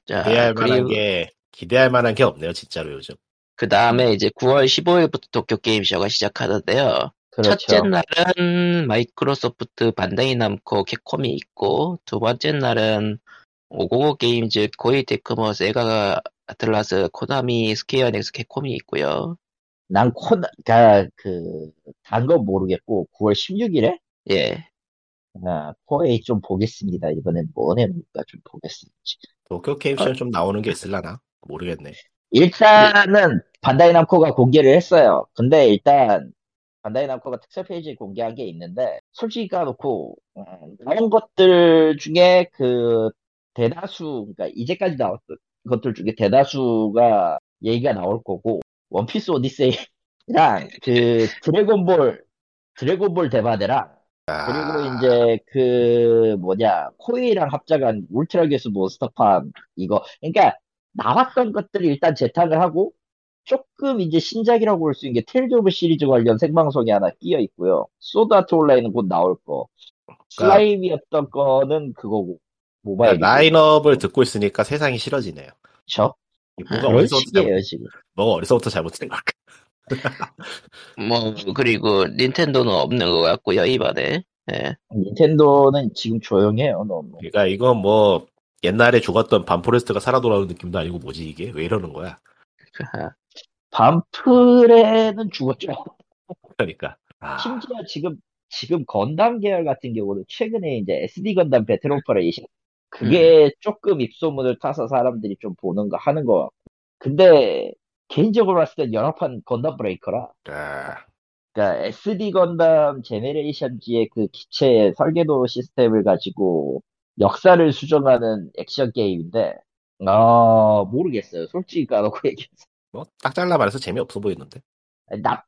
S1: 자,
S2: 아, 기대할 만한
S1: 그리고
S2: 게 기대할 만한 게 없네요 진짜로 요즘.
S1: 그 다음에 이제 9월 15일부터 도쿄 게임쇼가 시작하는데요. 첫째
S3: 그렇죠.
S1: 날은 마이크로소프트 반다이 남코 캡콤이 있고 두 번째 날은 555 게임즈 코이 테크모 세가 아틀라스 코나미 스퀘어 닉스 캡콤이 있고요.
S3: 난 코나 아, 그, 그단건 모르겠고 9월 16일에
S1: 예.
S3: 아, 코에 좀 보겠습니다. 이번엔 뭐 내놓을까 좀 보겠습니다.
S2: 도쿄
S3: 아.
S2: 게임쇼 좀 나오는 게 있을라나 모르겠네.
S3: 일단은 반다이 남코가 공개를 했어요. 근데 일단 반다이 남코가 특설 페이지에 공개한 게 있는데 솔직히 까놓고 음, 나온 것들 중에 그 대다수 그러니까 이제까지 나왔던 것들 중에 대다수가 얘기가 나올 거고 원피스 오디세이랑 그 드래곤볼 드래곤볼 대바대랑
S2: 아,
S3: 그리고 이제 그 뭐냐 코이랑 합작한 울트라 괴수 몬스터판 이거 그러니까 나왔던 것들이 일단 재탕을 하고 조금 이제 신작이라고 볼 수 있는 게 테일즈 오브 시리즈 관련 생방송이 하나 끼어 있고요 소드 아트 온라인은 곧 나올 거 슬라임이었던 거는 그거고 모바일
S2: 그러니까 라인업을 듣고 있으니까 세상이 싫어지네요.
S3: 그쵸?
S2: 뭐가
S3: 그렇죠? 그런
S2: 어디서부터 잘못,
S3: 식이에요 지금
S2: 뭐가 어디서부터 잘못된 걸까?
S1: 뭐 그리고 닌텐도는 없는 것 같고요 이번에. 예. [laughs]
S3: 닌텐도는 지금 조용해요 너무
S2: [laughs] 그러니까 이건 뭐 옛날에 죽었던 반포레스트가 살아 돌아오는 느낌도 아니고 뭐지 이게 왜 이러는 거야?
S3: 반프레는 죽었죠
S2: 그러니까 아,
S3: 심지어 지금 지금 건담 계열 같은 경우는 최근에 이제 SD 건담 배틀 오퍼레이션 그게 조금 입소문을 타서 사람들이 좀 보는 거 하는 거 같고 근데 개인적으로 봤을 땐 연합한 건담 브레이커라
S2: 아,
S3: 그러니까 SD 건담 제네레이션즈의 그 기체 설계도 시스템을 가지고 역사를 수정하는 액션 게임인데 아 모르겠어요 솔직히 까놓고 [laughs] 얘기
S2: 뭐딱 잘라 말해서 재미 없어 보이는데.
S3: 나,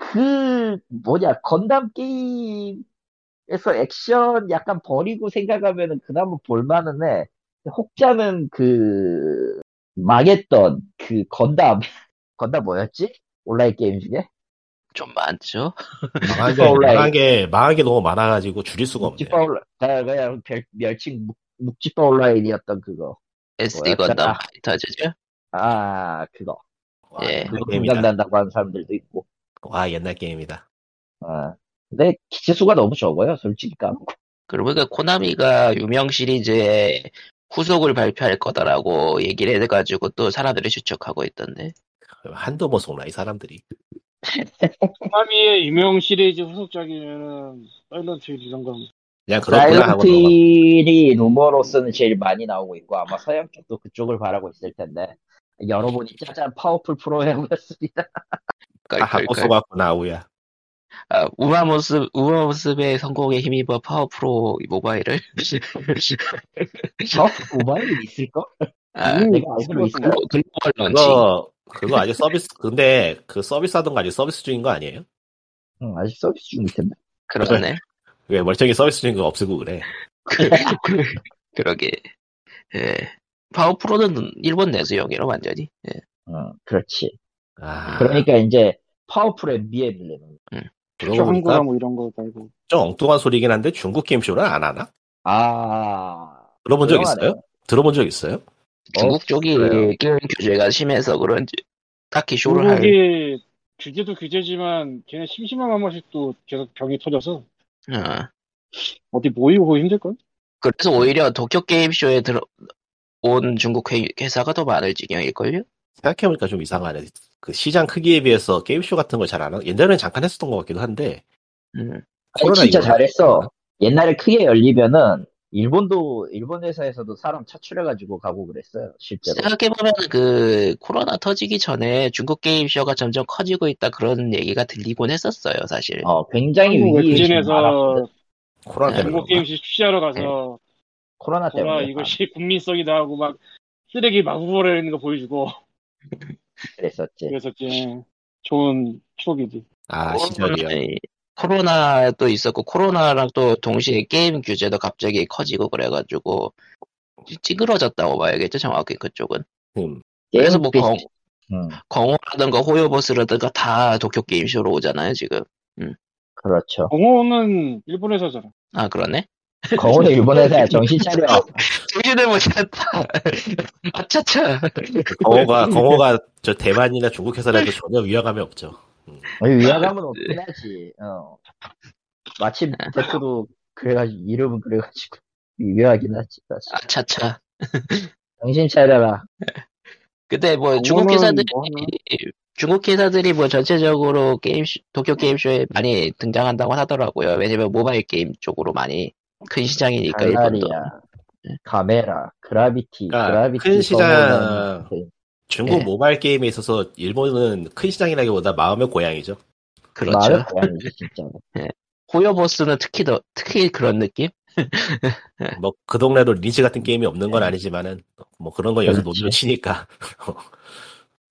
S3: 그, 뭐냐, 건담 게임에서 액션 약간 버리고 생각하면은 그나마 볼만은 해. 혹자는 그, 망했던 그 건담, [laughs] 건담 뭐였지? 온라인 게임 중에?
S1: 좀 많죠.
S2: 망한 게,
S3: 디파 온라인.
S2: 망한 게 망한 게 너무 많아가지고 줄일 수가 없네.
S3: 묵지파 온라 그냥, 그냥 별, 멸칭 묵- 묵지파 온라인이었던 그거.
S1: SD
S3: 뭐야,
S1: 건담
S3: 자.
S1: 파이터즈죠.
S3: 啊，知道，
S2: 와,
S1: 예.
S2: 옛날
S3: 能分
S2: 게임이다.
S3: 担的关他们的队伍
S2: 와 옛날 게임이다.
S3: 아 근데 기체 수가 너무 적어요, 솔직히 까먹고.
S1: 그러니까 코나미가 유명 시리즈의 후속을 발표할 거다라고 얘기를 해가지고 또 사람들이 추측하고 있던데.
S2: 한두 번 속나 이 사람들이.
S5: 코나미의 유명 시리즈 후속작이면은 사일런트 힐 이런 거
S2: 그냥 그렇구나 하고 넘어.
S3: 사일런트 힐이 루머로서는 제일 많이 나오고 있고 아마 서양 쪽도 그쪽을 바라고 있을 텐데 여러분이 짜잔
S2: [laughs]
S3: 파워풀 프로그램이었습니다.
S2: 아,
S1: 깔깔깔.
S2: 못 속았구나 아우야.
S1: 아, 우마모스, 우마모스의 성공에 힘입어 파워프로 모바일을. [laughs]
S3: 저 모바일이 어? 있을까?
S1: 아,
S5: 음,
S3: 내가 알고 있어.
S1: 글로- 글로벌 런칭.
S2: 그거 그거 아직 서비스 근데 그 서비스 하던 거 아직 서비스 중인 거 아니에요?
S3: 응, 아직 서비스 중일 텐데.
S1: 그러네.
S2: 왜 멀쩡히 서비스 중인 거 없애고 그래?
S1: 그- 그- 그러게. 예. 파워프로는 일본 내수용이로 완전히. 예.
S3: 응, 그렇지.
S2: 아,
S3: 그러니까 이제 파워풀에 미에빌레는
S2: 그러고 보니까
S4: 한국어 뭐 이런 거 말고
S2: 좀 엉뚱한 소리긴 한데 중국 게임쇼는 안 하나?
S3: 아
S2: 들어본 적
S3: 조용하네요.
S2: 있어요? 들어본 적 있어요?
S1: 중국 쪽이
S3: 그래요.
S1: 게임 규제가 심해서 그런지 딱히 쇼를 할.
S5: 중국이 규제도 규제지만 걔네 심심한 한 번씩 또 계속 병이 터져서
S1: 어.
S5: 어디 모이고 거기 힘들걸?
S1: 그래서 오히려 도쿄 게임쇼에 들어 온 중국 회- 회사가 더 많을 지경일걸요?
S2: 생각해보니까 좀 이상하네. 그 시장 크기에 비해서 게임쇼 같은 걸 잘 안 하고, 옛날에는 잠깐 했었던 것 같기도 한데,
S1: 음.
S3: 아니, 진짜
S2: 이후로-
S3: 잘했어. 옛날에 크게 열리면은 일본도 일본 회사에서도 사람 차출해가지고 가고 그랬어요 실제로.
S1: 생각해보면 그 코로나 터지기 전에 중국 게임쇼가 점점 커지고 있다 그런 얘기가 들리곤 했었어요, 사실.
S3: 어 굉장히
S5: 한국
S3: 위기에 지금
S5: 외진에서
S3: 알았거든.
S2: 코로나 때문에. 그런가?
S5: 중국 게임시 취재하러 가서
S3: 코로나
S5: 보라
S3: 네. 때문에
S5: 이것이 [laughs] 국민성이다 하고 막 쓰레기 마구 버려 있는 거 보여주고
S3: 그랬었지.
S5: 그랬었지. 좋은 추억이지.
S2: 아, 시절이요.
S1: 코로나도 있었고 코로나랑 또 동시에 게임 규제도 갑자기 커지고 그래가지고 찌- 찌그러졌다고 봐야겠죠 정확히 그쪽은
S5: [laughs]
S2: 음,
S1: 그래서 뭐
S3: 게임
S1: 광-
S3: 비슷- 음,
S1: 광호라든가 호요버스라든가 다 도쿄 게임쇼로 오잖아요 지금
S3: [laughs] 그렇죠.
S5: 공호는 일본에서잖아.
S1: 아 그러네
S3: 거울에 일본에서 정신 차려.
S1: 정신을
S2: 뭐
S1: 못 차렸다 [laughs] 아차차
S2: 광어가 광어가 저 대만이나 중국 회사라도 전혀 위화감이 없죠.
S3: 아니, 위화감은 없긴 하지. 어. 마침 대표도 그래가지고 이름은 그래가지고 [laughs] 위화하긴 하지. 사실.
S1: 아차차
S3: 정신 차려라.
S1: 근데 뭐
S4: 광어는
S1: 중국 회사들이
S4: 뭐 하나?
S1: 중국 회사들이 뭐 전체적으로 게임 도쿄 게임쇼에 많이 등장한다고 하더라고요 왜냐면 모바일 게임 쪽으로 많이 큰 시장이니까
S3: 그러니까
S1: 일본도
S3: 갈라리아, 네. 카메라, 그라비티,
S2: 그러니까
S3: 그라비티.
S2: 큰 시장-
S3: 성우는 그
S2: 중국
S1: 예.
S2: 모바일 게임에 있어서 일본은 큰 시장이라기보다 마음의 고향이죠.
S1: 그렇죠
S3: 마을 고양이지 [laughs] 진짜.
S1: 호요버스는 특히 더 특히 그런 느낌
S2: 뭐 그 동네로 리즈 같은 게임이 없는 건 아니지만은 뭐 그런 거 여기서
S3: 네. 그렇지.
S2: 노리로
S3: 아,
S2: 치니까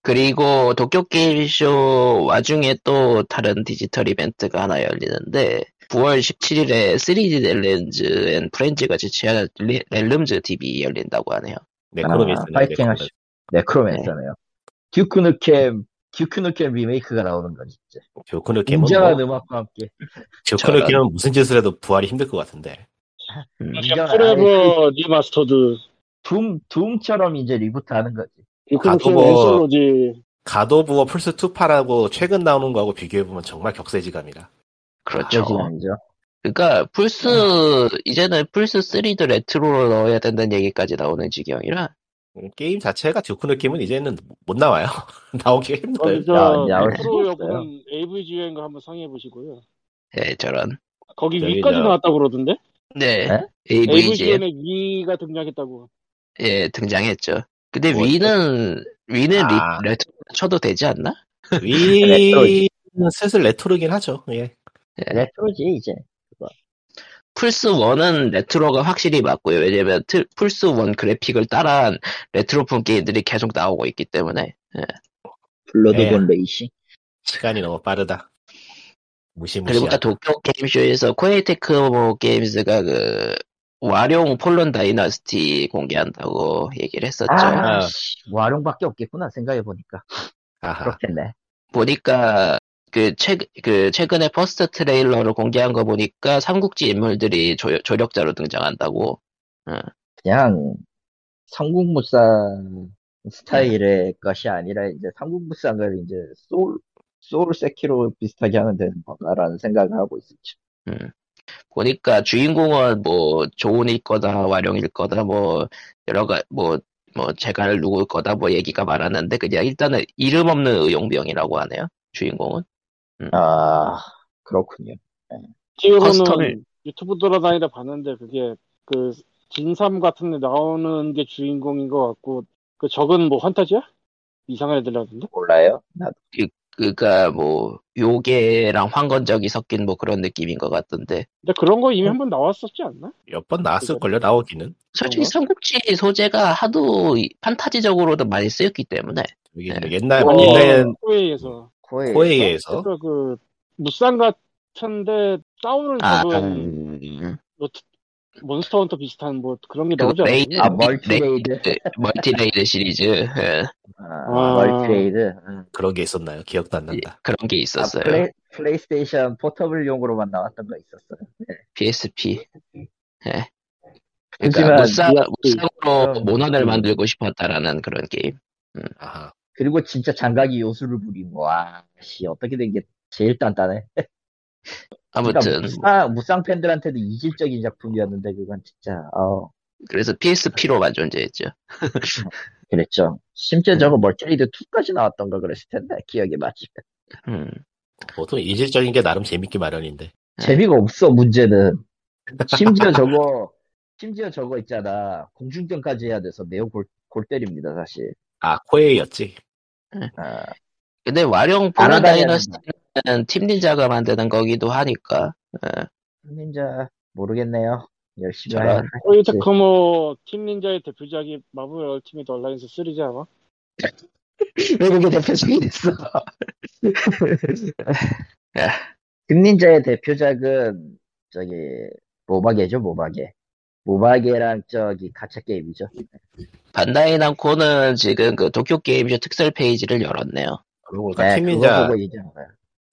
S1: 그리고 도쿄 게임쇼 와중에 또 다른 디지털 이벤트가 하나 열리는데 9월 17일에 3D 렐렌즈 앤 프렌즈가 지최한 렐- 렐름즈 TV 열린다고 하네요.
S2: 네크로미스
S3: 아, 파이팅 하시. 네크로맨서네요. 듀크 누켐, 듀크 누켐 리메이크가 나오는 거지. 이제.
S2: 조크노 게임은
S3: 웅장한
S2: 뭐,
S3: 음악과 함께.
S2: 조크노
S1: 저런.
S2: 게임은 무슨 짓을 해도 부활이 힘들 것 같은데.
S1: 음.
S5: 그러니까 포레버 리마스터드.
S3: 아, 둠, 둠처럼 이제 리부트 하는 거지.
S5: 이크루킹
S2: 뭐-
S5: 엔솔로지.
S2: 가도부어 플스 2파라고 최근 나오는 거하고 비교해 보면 정말 격세지감이라.
S1: 그렇죠.
S3: 그죠.
S1: 그러니까 플스
S2: 네.
S1: 이제는 플스 3도 레트로로 넣어야 된다는 얘기까지 나오는 지경이라
S2: 음, 게임 자체가 조크노 게임은 이제는 못 나와요. [laughs] 나오기가 힘들어요.
S5: 거기서
S3: 야, 야올
S5: 프로
S3: 수도
S5: 여부는 AVGN과 한번 상의해 보시고요.
S1: 예, 저런.
S5: 거기
S2: 저기
S5: 위까지
S2: 저-
S5: 나왔다고 그러던데?
S1: 네.
S3: 네?
S1: AVGM
S5: AVGN의 위가 등장했다고.
S1: 예, 등장했죠. 근데
S2: 뭐,
S1: 위는 위는 리-
S2: 아.
S1: 레트로 쳐도 되지 않나?
S2: 위는 슬슬 레트로긴 하죠. 예.
S3: 레트로지, 이제.
S1: 플스 1은 레트로가 확실히 맞고요. 왜냐면 틀- 플스 1 그래픽을 따라한 레트로폰 게임들이 계속 나오고 있기 때문에
S3: 블러드본 레이싱.
S2: 시간이 너무 빠르다. 무시무시.
S1: 그리고 아까 도쿄 게임쇼에서 코에이테크모 게임즈가 그 와룡 폴론 다이너스티 공개한다고 얘기를 했었죠.
S3: 아,
S2: 아.
S3: 씨. 와룡밖에 없겠구나, 생각해보니까.
S2: 아하.
S3: 그렇겠네.
S1: 보니까 그, 최, 그 최근에 퍼스트 트레일러를 공개한 거 보니까 삼국지 인물들이 조, 조력자로 등장한다고
S3: 그냥, 삼국무사 스타일의 것이 아니라, 이제 삼국무사를 이제 소울, 소울 세키로 비슷하게 하면 되는 건가라는 생각을 하고 있었죠.
S1: 보니까 주인공은 뭐 조은일 거다 와룡일 거다 뭐 여러 가뭐뭐 제갈 누구일 거다 뭐 얘기가 많았는데 그냥 일단은 이름 없는 의용병이라고 하네요 주인공은
S3: 아, 그렇군요.
S1: 커스텀을-
S5: 지금은 유튜브 돌아다니다 봤는데 그게 그 진삼 같은 데 나오는 게 주인공인 것 같고 그 적은 뭐 환타지야? 이상한 애들 나던데?
S3: 몰라요? 나도.
S1: 그러니까 뭐 요괴랑 황건적이 섞인 뭐 그런 느낌인 것 같던데
S5: 근데 그런 거 이미 한번 나왔었지 않나?
S2: 몇 번 나왔을걸요, 나오기는.
S1: 솔직히
S5: 그런가?
S1: 삼국지 소재가 하도 이- 판타지적으로도 많이 쓰였기 때문에
S2: 이게
S1: 네.
S2: 옛날,
S3: 어. 네.
S2: 옛날
S5: 코웨이에서
S3: 코에.
S2: 아, 코에이에서
S5: 그러니까 그 무쌍 같은데 싸우는
S1: 아
S5: 적은
S1: 음,
S5: 뭐 트- 몬스터 헌터 비슷한 뭐 그런 게
S1: 그거
S5: 나오지 않았나?
S1: 레이드
S3: 아,
S1: 미-
S3: 멀티레이드.
S1: 레이드, 네. 멀티레이드 시리즈 예,
S3: 아,
S5: 아.
S3: 멀티레이드. 응.
S2: 그런 게 있었나요? 기억도 안 난다.
S1: 그런 게
S3: 아,
S1: 있었어요
S3: 플레이, 플레이스테이션 포터블용으로만 나왔던 거 있었어요.
S1: PSP. 예.
S3: 하지만
S1: 그러니까 무쌍,
S5: PSP.
S1: 무쌍으로
S3: 그럼-
S1: 모난을
S3: 음.
S1: 만들고 싶었다라는 그런 게임.
S2: 아하.
S3: 그리고 진짜 장각이 요술을 부린 거. 와, 씨, 어떻게 된 게 제일 단단해. 그러니까
S1: 아무튼
S3: 무쌍, 무쌍 팬들한테도 이질적인 작품이었는데, 그건 진짜, 어,
S1: 그래서 PSP로만 존재했죠.
S3: 그랬죠.
S1: 음.
S3: 심지어 저거 멀티레이드 2까지 나왔던가 그랬을 텐데, 기억이 맞으면.
S1: 음.
S2: 보통 이질적인 게 나름 재밌기 마련인데.
S1: 네.
S3: 재미가 없어, 문제는. 심지어 저거, 심지어 저거 있잖아. 공중전까지 해야 돼서 매우 골, 골 때립니다, 사실.
S2: 아, 코에이였지.
S3: 아,
S1: 근데 와룡
S3: 안
S1: 포란
S3: 하다
S1: 네.
S3: 해야
S1: 다이너스는 팀 닌자가 만드는 거기도 하니까
S3: 닌자, 모르겠네요. 열심히
S1: 저런.
S3: 해야
S5: 코웨이트 커머 팀 닌자의 대표작이 마블 얼티밋 얼라이언스 3지 아마?
S1: 외국의 대표적이 됐어.
S3: 금닌자의 대표작은 저기 모마게죠 모마게 모바게랑 저기 가챠 게임이죠.
S1: 반다이 남코는 지금 그 도쿄 게임쇼 특설 페이지를 열었네요.
S2: 그러고 보니까
S3: 네, 그거
S2: 뭐, 팀민자,
S3: 보고 얘기한 거야.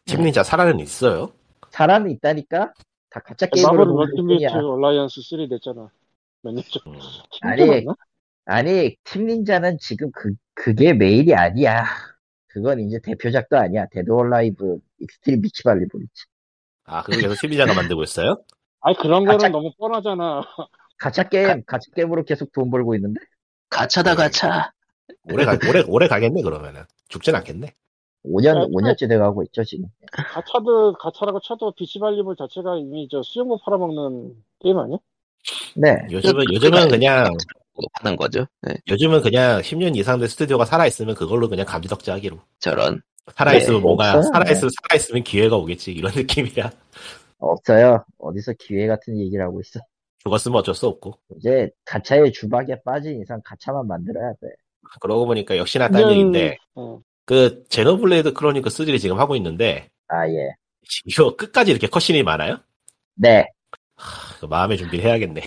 S2: 팀민자 살아는 있어요.
S3: 사람이 있다니까 다 가짜 게임으로
S5: 그 마블
S3: 보는
S5: 멀티미트
S3: 뿐이야.
S5: 얼라이언스 3 냈잖아. 몇 년 전. [laughs]
S2: 음.
S5: 진짜
S3: 아니.
S5: 맞나?
S3: 아니 팀닌자는 지금 그 그게 메일이 아니야. 그건 이제 대표작도 아니야. 데드 올 라이브 익스트림 비치 발리볼이지.
S2: 아, 그거 계속 팀민자가 만들고 있어요?
S5: 아니 그런 거는
S3: 가짜-
S5: 너무
S2: [laughs]
S5: 뻔하잖아.
S3: 가짜 게임, 가짜 게임으로 계속 돈 벌고 있는데
S1: 가차다
S2: 네.
S1: 가차.
S2: 오래 가, 오래, 오래 가겠네, 그러면은. 죽진 않겠네.
S3: 5년
S5: 아,
S3: 5년째 돼가고 있죠 지금.
S5: 가차도 가차라고 쳐도 비치발리볼 자체가 이미 저 수영복 팔아먹는 게임 아니야?
S3: 네.
S2: 요즘은,
S1: 그-
S2: 요즘은
S1: 그-
S2: 그냥,
S1: 뭐 하는 거죠. 네,
S2: 요즘은 그냥 10년 이상 된 스튜디오가 살아있으면 그걸로 그냥 감지덕지 하기로.
S1: 저런.
S2: 살아있으면
S3: 네,
S2: 뭔가,
S3: 없어요.
S2: 살아있으면, 살아있으면 기회가 오겠지. 이런 [laughs] 느낌이야.
S3: 없어요. 어디서 기회 같은 얘기를 하고 있어.
S2: 죽었으면 어쩔 수 없고.
S3: 이제 가차의 주박에 빠진 이상 가차만 만들어야 돼.
S2: 그러고 보니까 역시나 딴 얘기인데,
S5: 어.
S2: 그, 제노블레이드 크로니크 3를 지금 하고 있는데,
S3: 아 예.
S2: 이거 끝까지 이렇게 컷신이 많아요?
S3: 네.
S2: 그 마음의 준비를 해야겠네.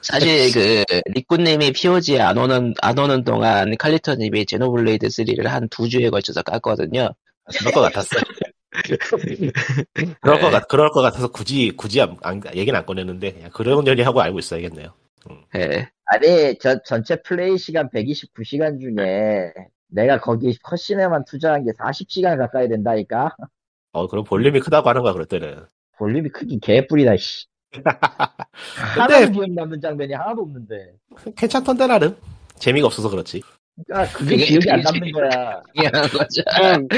S1: 사실 그 리꾸님이 POG에 안 오는 안 오는 동안 칼리터님이 제노블레이드 3를 한 두 주에 걸쳐서 깠거든요.
S2: 그럴 것
S3: [laughs]
S2: 같았어. 그럴
S3: 네.
S2: 것 같, 그럴 것 같아서 굳이, 굳이 안, 안- 얘기는 안 꺼냈는데, 그냥 그런 연이 하고 알고 있어야겠네요.
S1: 예.
S3: 아니 저 전체 플레이 시간 129시간 중에 내가 거기 컷신에만 투자한 게 40시간 가까이 된다니까.
S2: 어, 그럼 볼륨이 크다고 하는 거야, 그럴 때는.
S3: 볼륨이 크긴
S1: [laughs]
S3: 개뿔이다, 씨. 하나도 기억 남는 장면이 하나도 없는데.
S2: 괜찮던데, 나름. 재미가 없어서 그렇지.
S3: 그러니까 그게
S1: 그게
S3: 기억이 안
S1: 그게
S3: 남는 거야.
S1: 이해하는 거죠.
S5: 그냥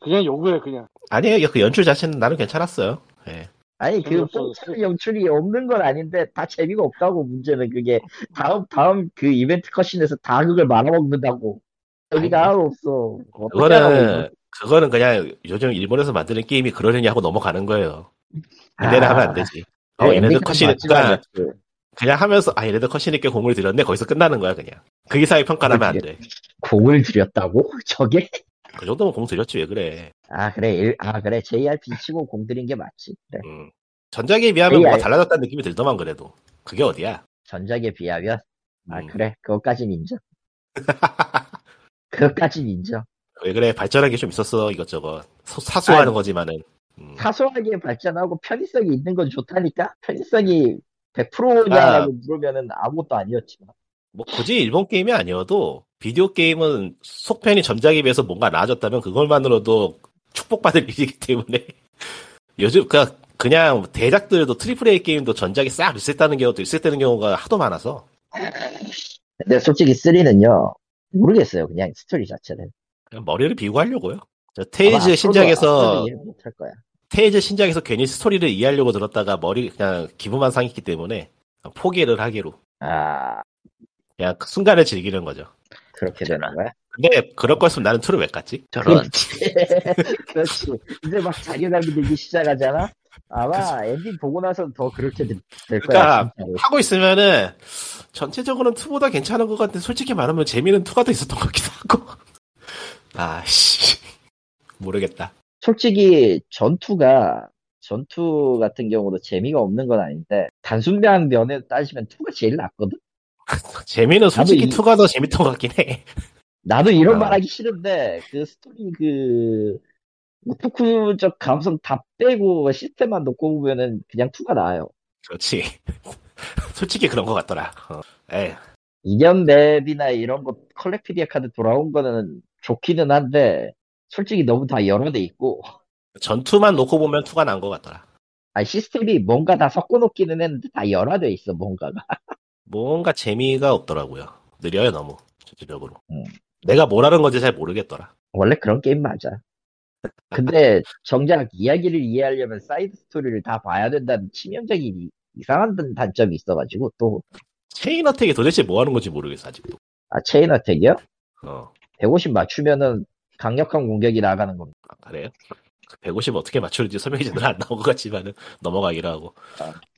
S5: 그냥 요구해 그냥.
S2: 아니에요, 그 연출 자체는 나름 괜찮았어요. 예.
S3: 아니, 그
S5: 재미없어.
S3: 뽕찬 영출이 없는 건 아닌데 다 재미가 없다고 문제는 그게 다음 다음 그 이벤트 컷신에서 다 그걸 말아먹는다고. 재미가 하나도 없어. 어떻게 하라고 이거.
S2: 그거는, 그거는 그냥 요즘 일본에서 만드는 게임이 그러느냐 하고 넘어가는 거예요. 반대를
S3: 아,
S2: 하면 안 되지. 어,
S3: 네,
S2: 얘네들
S3: 엔딩까지
S2: 컷신이,
S3: 맞지만
S2: 그냥,
S3: 그-
S2: 그냥 하면서, 아, 얘네들 컷신이 꽤 공을 들였네. 거기서 끝나는 거야, 그냥. 그 이상의 평가를 하면 안 돼.
S3: 공을 들였다고? [laughs] 저게?
S2: 그 정도면 공 들였지, 왜 그래.
S3: 아 그래 일- 아 그래 JRP 치고 공 들인 게 맞지. 그래.
S2: 음. 전작에 비하면
S3: AI.
S2: 뭐가 달라졌다는 느낌이 들더만 그래도 그게 어디야?
S3: 전작에 비하면 아
S2: 음.
S3: 그래
S2: [laughs]
S3: 그것까진 인정. 그것까진 인정.
S2: 왜 그래 발전한 게 좀 있었어 이것저것 소- 사소하는
S3: 아니.
S2: 거지만은 음.
S3: 사소하게 발전하고 편의성이 있는 건 좋다니까? 편의성이
S2: 아.
S3: 100%냐라고 물으면은 아무것도 아니었지만.
S2: 뭐 굳이 일본 게임이 아니어도 비디오 게임은 속편이 전작에 비해서 뭔가 나아졌다면 그걸만으로도 축복받을 [laughs] 일이기 때문에 요즘 그냥, 그냥 대작들도 트리플 A 게임도 전작이 싹 리셋되는 경우도 리셋되는 경우가 하도 많아서
S3: 근데 솔직히 3는요, 모르겠어요. 그냥 스토리 자체를.
S2: 그냥 머리를 비우고 하려고요. 저
S3: 아마
S2: 테이즈
S3: 앞으로도-
S2: 신작에서
S3: 앞으로도 이해를 못할 거야.
S2: 테이즈 신작에서 괜히 스토리를 이해하려고 들었다가 머리 그냥 기분만 상했기 때문에 포기를 하기로
S3: 아,
S2: 그냥 그 순간을 즐기는 거죠.
S3: 그렇게 되는 거야?
S2: 근데 그럴 거였으면 나는 투를 왜 깠지?
S1: [laughs] 저런.
S3: [laughs] 그렇지. 이제 막 자괴감이 들기 시작하잖아? 아마 엔딩 보고 나서 더 그렇게 되- 될 거야.
S2: 그러니까
S3: 진짜로.
S2: 하고 있으면은 전체적으로는 투보다 괜찮은 것 같은데 솔직히 말하면 재미는 투가 더 있었던 것 같기도 하고 [laughs] 아씨 모르겠다. [laughs]
S3: 솔직히 전투가 전투 같은 경우도 재미가 없는 건 아닌데 단순한 면에 따지면 2가 제일 낫거든?
S2: 재미는 솔직히
S3: 이-
S2: 투가 더 재밌던 것 같긴 해. [laughs]
S3: 나도 이런
S2: 아.
S3: 말하기 싫은데 그 스토리 그 오타쿠적 감성 다 빼고 시스템만 놓고 보면은 그냥 투가 나아요.
S2: 그렇지. [laughs] 솔직히 그런 것 같더라. 어. 에이,
S3: 인연 맵이나 이런 거 컬렉피디아 카드 돌아온 거는 좋기는 한데 솔직히 너무 다 여러 대 있고
S2: 전투만 놓고 보면 투가 난 것 같더라.
S3: 아 시스템이 뭔가 다 섞어 놓기는 했는데 다 열화돼 있어 뭔가가
S2: 뭔가 재미가 없더라고요. 느려요 너무 전체적으로.
S3: 음.
S2: 내가 뭐라는 건지 잘 모르겠더라.
S3: 원래 그런 게임 맞아. 근데 정작 이야기를 이해하려면 사이드 스토리를 다 봐야 된다는 치명적인 이- 이상한 단점이 있어가지고 또 아
S2: 체인 어택이 도대체 뭐 하는 건지 모르겠어 아직도.
S3: 체인 어택이요?
S2: 어
S3: 150 맞추면은 강력한 공격이 나가는 겁니다.
S2: 아, 그래요? 150 어떻게 맞추는지 설명이 제대로 안 나온 것 같지만은 넘어가기로 하고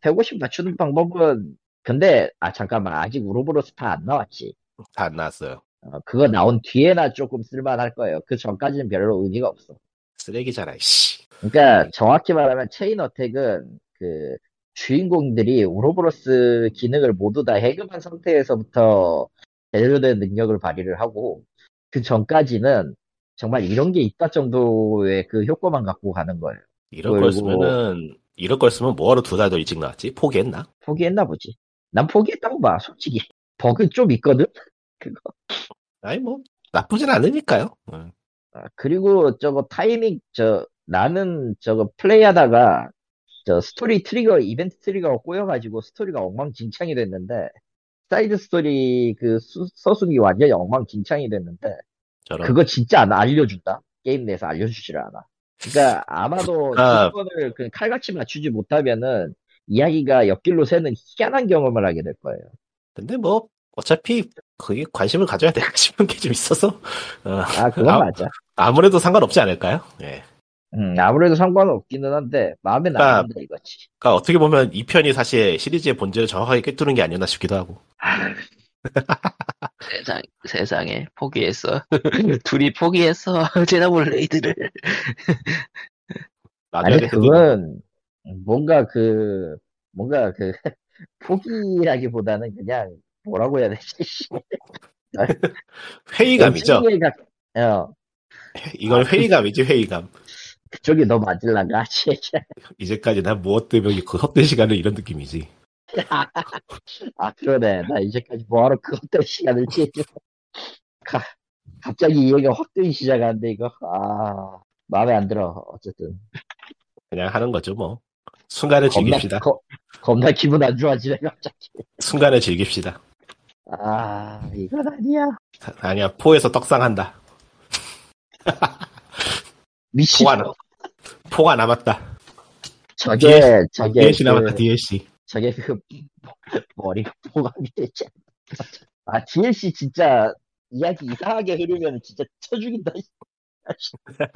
S3: 150 맞추는 방법은 근데 아 잠깐만 아직 우로보로스 다 안 나왔지.
S2: 다 안 나왔어요.
S3: 어, 그거 나온 뒤에나 조금 쓸만할 거예요. 그 전까지는 별로 의미가 없어.
S2: 쓰레기잖아. 씨.
S3: 그러니까 정확히 말하면 체인 어택은 그 주인공들이 우로보로스 기능을 모두 다 해금한 상태에서부터 제대로된 능력을 발휘를 하고 그 전까지는 정말 이런 게 있다 정도의 그 효과만 갖고 가는 거예요.
S2: 이럴
S3: 그리고-
S2: 거였으면은 이럴 거였으면 뭐하러 두 달 더 일찍 나왔지? 포기했나?
S3: 포기했나 보지. 난 포기했다고 봐, 솔직히. 버그 좀 있거든?
S2: 아니 뭐 나쁘진 않으니까요. 어, 응.
S3: 아, 그리고 저거 타이밍, 저, 나는 저거 플레이 하다가 저 스토리 트리거, 이벤트 트리거가 꼬여가지고 스토리가 엉망진창이 됐는데, 사이드 스토리 그 수- 서순이 완전히 엉망진창이 됐는데,
S2: 저런
S3: 그거 진짜 안 알려준다? 게임 내에서 알려주지를 않아. 그러니까 아마도
S2: 아.
S3: 조건을 그 칼같이 맞추지 못하면은 이야기가 옆길로 새는 희한한 경험을 하게 될 거예요.
S2: 근데 뭐 어차피 그게 관심을 가져야 [laughs] 될까 싶은 게 좀 있어서 어,
S3: 아, 그건
S2: 아.
S3: 맞아.
S2: 아무래도 상관없지 않을까요? 예.
S3: 음, 아무래도 상관없기는 한데, 마음에 안
S2: 아.
S3: 든다 이거지.
S2: 그러니까 어떻게 보면 이 편이 사실 시리즈의 본질을 정확하게 꿰뚫은 게 아니었나 싶기도 하고.
S1: 세상, 세상에, 포기했어. [laughs] 둘이 포기했어. [laughs] 제노블레이드를.
S3: 아니,
S2: 나중에
S3: 그건 뭔가 그, 뭔가 그, [laughs] 포기라기보다는 그냥 뭐라고 해야 되지?
S2: 회의감이죠.
S3: 연출이가- 어, 아,
S2: 이건 회의감이지 회의감.
S3: 그쪽이 너 맞을란가?
S2: 이제까지 난 무엇 때문에 그 헛된 시간을 이런 느낌이지.
S3: [laughs] 아, 그러네. 나 이제까지 뭐하러 그것도 시간을 지했지. 가- 갑자기 이해가 확 뜨기 시작하는데, 이거. 아, 마음에 안 들어. 어쨌든.
S2: 그냥 하는 거죠 뭐. 순간을
S3: 겁나,
S2: 즐깁시다.
S3: 거- 겁나 기분 안 좋아지네, 갑자기.
S2: 순간을 즐깁시다.
S3: 아, 이건 아니야.
S2: 아, 아니야 포에서 떡상한다.
S3: 미친.
S2: 포가 남- 포가 남았다.
S3: 저게,
S2: DLC
S3: 저게.
S2: DLC
S3: 그-
S2: 남았다 DLC.
S3: 저게 그 [laughs] 머리가 보강이 되지 않아. 아, DLC 진짜 이야기 이상하게 흐르면 진짜 쳐
S2: [laughs]
S3: 죽인다. 이 자식.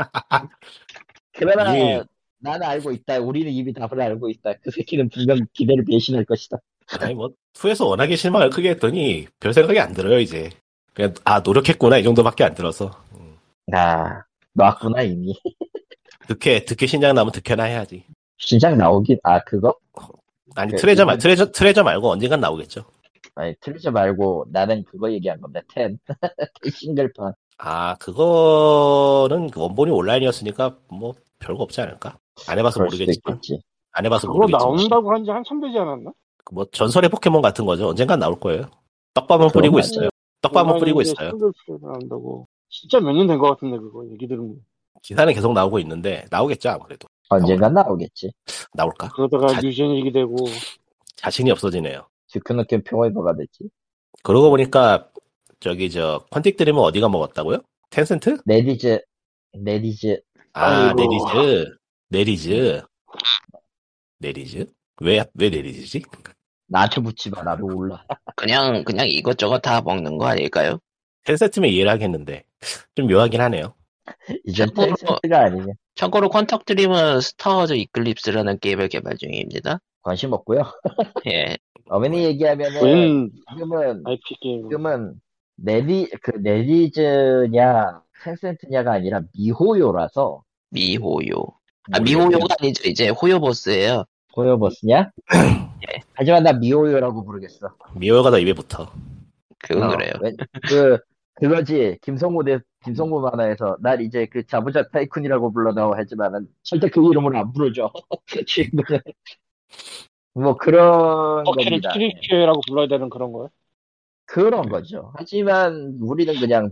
S3: 그러나
S2: 이미-
S3: 나는 알고 있다. 우리는 이미 답을 알고 있다. 그 새끼는 분명 기대를 배신할 것이다.
S2: 아니 뭐 후에서 워낙에 실망을 크게 했더니 별 생각이 안 들어요 이제 그냥 아 노력했구나 이 정도밖에 안 들어서 음.
S3: 아, 나왔구나 이미.
S2: 득회 득회 신장 나면 득회나 해야지
S3: 신작 나오긴 아 그거?
S2: 아니
S3: 그,
S2: 트레저 말
S3: 이건-
S2: 트레저 트레저 말고 언젠간 나오겠죠
S3: 아니 트레저 말고 나는 그거 얘기한 겁니다. 텐 [laughs] 그 싱글판.
S2: 아 그거는 그 원본이 온라인이었으니까 뭐 별거 없지 않을까 안 해봐서
S3: 그럴 수도
S2: 모르겠지만
S3: 있겠지.
S2: 안 해봐서
S5: 그거
S2: 모르겠지만
S5: 나온다고 한 지 한참 되지 않았나?
S2: 뭐 전설의 포켓몬 같은 거죠 언젠간 나올 거예요 떡밥은
S3: 그런
S2: 뿌리고
S3: 거
S2: 있어요 떡밥은 뿌리고 있어요
S5: 싱글 나온다고. 진짜 몇 년 된 것 같은데 그거 얘기 들으면.
S2: 기사는 계속 나오고 있는데 나오겠죠 아무래도
S3: 언젠간 나오겠지.
S2: 나올까
S5: 그러다가
S2: 자-
S5: 유전 얘기 되고
S2: 자신이 없어지네요
S3: 듀크노켄 평화의도가 됐지.
S2: 그러고 보니까 저기 저 컨택 드림은 어디가 먹었다고요? 텐센트?
S3: 네디즈 네디즈
S2: 아
S5: 아이고.
S2: 네리즈 네리즈 네리즈 왜왜 네리즈지?
S3: 나한테 붙지 마, 나도 올라. [laughs]
S1: 그냥, 그냥 이것저것 다 먹는 거 아닐까요?
S2: 텐센트면 이해를 하겠는데 좀 묘하긴 하네요.
S3: 이제
S1: 참고로-
S3: 텐센트가 아니냐.
S1: 참고로 컨택 드림은 스타워즈 이클립스라는 게임을 개발 중입니다.
S3: 관심 없고요.
S1: 예.
S3: 어머니
S2: 네.
S3: 얘기하면은
S5: 웬
S3: 지금은
S5: IP 게임.
S3: 지금은 네디 그 네디즈냐 텐센트냐가 아니라 미호요라서
S1: 미호요. 아,
S3: 모르겠네요.
S1: 미호요가 아니죠. 이제 호요보스예요
S3: 호요버스냐? 하지만 나 미호요라고 부르겠어.
S2: 미호가 더 입에 붙어.
S1: 그건
S3: 어,
S1: 그래요.
S3: 왜- 그 그거지 김성모 대 김성모 만화에서 날 이제 그 자부자 타이쿤이라고 불러나오 하지만은 절대 그 이름으로 안 부르죠. [laughs] 지금은. 뭐 그런
S5: 어깨를
S3: 겁니다.
S5: 트리케라고 불러야 되는 그런 거야?
S3: 그런 거죠. 하지만 우리는 그냥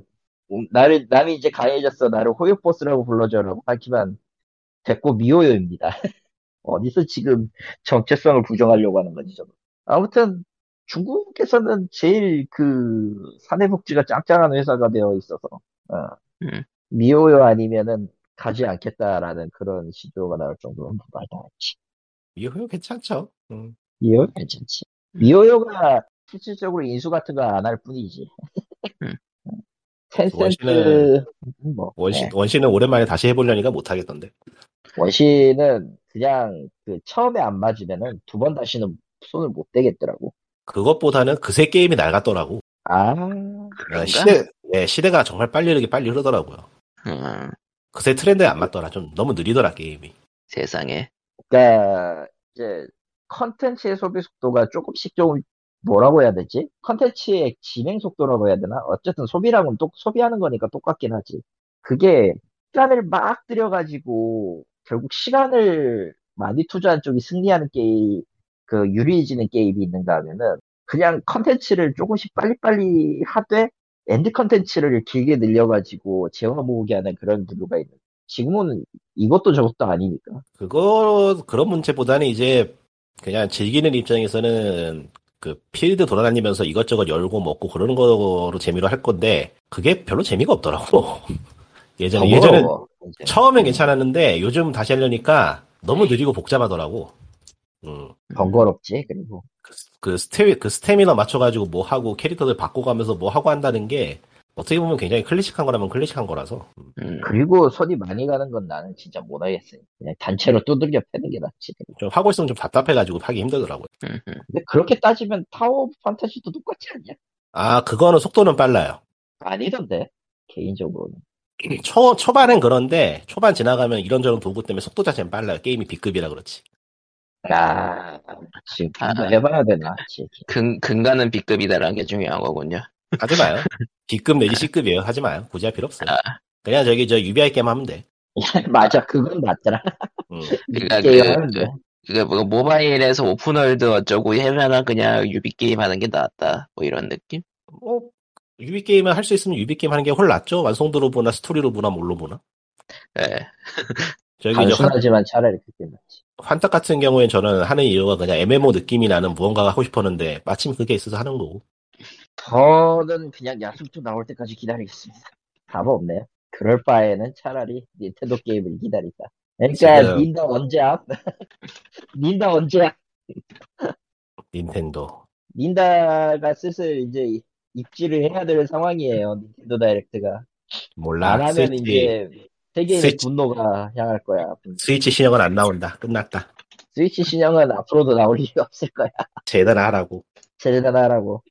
S3: 음, 나를 남이 이제 강해졌어 나를 호요버스라고 불러줘라고 하지만 됐고 미호요입니다. [laughs] 어디서 지금 정체성을 부정하려고 하는 거지 저거. 아무튼 중국에서는 제일 그 사내복지가 짱짱한 회사가 되어 있어서 어.
S1: 음.
S3: 미호요 아니면은 가지 않겠다라는 그런 시도가 나올 정도면 말도 안 했지.
S2: 미호 괜찮죠? 음.
S3: 미호요 괜찮지. 미호요가 실질적으로 인수 같은 거 안 할 뿐이지.
S1: 음.
S3: [laughs] 텐센트
S2: 원신은-
S3: 뭐
S2: 원시
S3: 네.
S2: 원시는 오랜만에 다시 해보려니까 못하겠던데.
S3: 원신은 그냥 그 처음에 안 맞으면은 두 번 다시는 손을 못 대겠더라고.
S2: 그것보다는 그새 게임이 낡았더라고.
S3: 아
S1: 그런가?
S2: 시대 네, 시대가 정말 빨리 이렇게 빨리 흐르더라고요.
S1: 음,
S2: 그새 트렌드에 안 맞더라. 좀 너무 느리더라 게임이.
S1: 세상에.
S3: 그러니까 이제 컨텐츠의 소비 속도가 조금씩 조금 뭐라고 해야 되지? 컨텐츠의 진행 속도라고 해야 되나? 어쨌든 소비랑은 똑 소비하는 거니까 똑같긴 하지. 그게 시간을 막 들여가지고 결국 시간을 많이 투자한 쪽이 승리하는 게임, 그 유리해지는 게임이 있는가 하면은 그냥 컨텐츠를 조금씩 빨리빨리 하되 엔드 컨텐츠를 길게 늘려가지고 재원 모으게 하는 그런 구조가 있는. 지금은 이것도 저것도 아니니까.
S2: 그거 그런 문제보다는 이제 그냥 즐기는 입장에서는 그 필드 돌아다니면서 이것저것 열고 먹고 그러는 거로 재미로 할 건데 그게 별로 재미가 없더라고. [laughs]
S1: 어,
S2: 예전에 예전에
S3: 더러워, 이제.
S2: 처음엔 괜찮았는데 요즘 다시 하려니까 너무 느리고 복잡하더라고. 음.
S3: 번거롭지 그리고
S2: 그, 그 스테 그 스태미너 맞춰가지고 뭐 하고 캐릭터들 바꿔가면서 뭐 하고 한다는 게 어떻게 보면 굉장히 클래식한 거라면 클래식한 거라서 음.
S1: 음.
S3: 그리고 손이 많이 가는 건 나는 진짜 못하겠어요. 그냥 단체로 두들겨 패는 게 낫지.
S2: 좀 하고 있으면 좀 답답해가지고 하기 힘들더라고요.
S1: 음, 음.
S3: 근데 그렇게 따지면 타워 오브 판타지도 똑같지 않냐?
S2: 아 그거는 속도는 빨라요.
S3: 아니던데 개인적으로는.
S2: 초 초반엔 그런데 초반 지나가면 이런저런 도구 때문에 속도 자체는 빨라요. 게임이 B급이라 그렇지.
S3: 아 지금
S1: 아.
S3: 한번 해봐야 되나? 지-
S1: 근, 근간은 B급이다라는 게 중요한 거군요.
S2: 하지 마요. B급 내지 C급이에요. 하지 마요. 굳이 할 필요 없어요. 그냥 저기 저 UBI 게임 하면 돼.
S3: [laughs] 맞아 그건 맞더라.
S2: 음.
S1: 그러니까
S3: 게임
S1: 그-
S3: 하는데.
S1: 그게 뭐 모바일에서 오픈월드 어쩌고 해면은 그냥 유비 게임 하는 게 낫다. 뭐 이런 느낌?
S2: 뭐 유비 게임을 할 수 있으면 유비 게임 하는 게 훨 낫죠. 완성도로 보나 스토리로 보나 뭘로 보나.
S1: 예.
S2: 저기 저 환,
S3: 단순하지만 차라리 그게 낫지.
S2: 환탁 같은 경우엔 저는 하는 이유가 그냥 MMO 느낌이 나는 무언가가 하고 싶었는데 마침 그게 있어서 하는 거고.
S3: 저는 그냥 야숨도 나올 때까지 기다리겠습니다. 답 없네요. 그럴 바에는 차라리 닌텐도 게임을 기다리다. 그러니까
S2: 지금-
S3: 닌다 언제 앞? [laughs] 닌다 언제 앞?
S2: 닌텐도.
S3: 닌다가 슬슬 이제 입지를 해야 될 상황이에요. 닌텐도 다이렉트가. 안
S2: 몰라.
S3: 하면
S2: 아, 스위치,
S3: 이제 세계인의
S2: 스위치.
S3: 분노가 향할 거야.
S2: 스위치 신형은 안 나온다. 끝났다.
S3: 스위치 신형은 앞으로도 나올 일이 없을 거야.
S2: 제대로 하라고.
S3: 제대단하라고.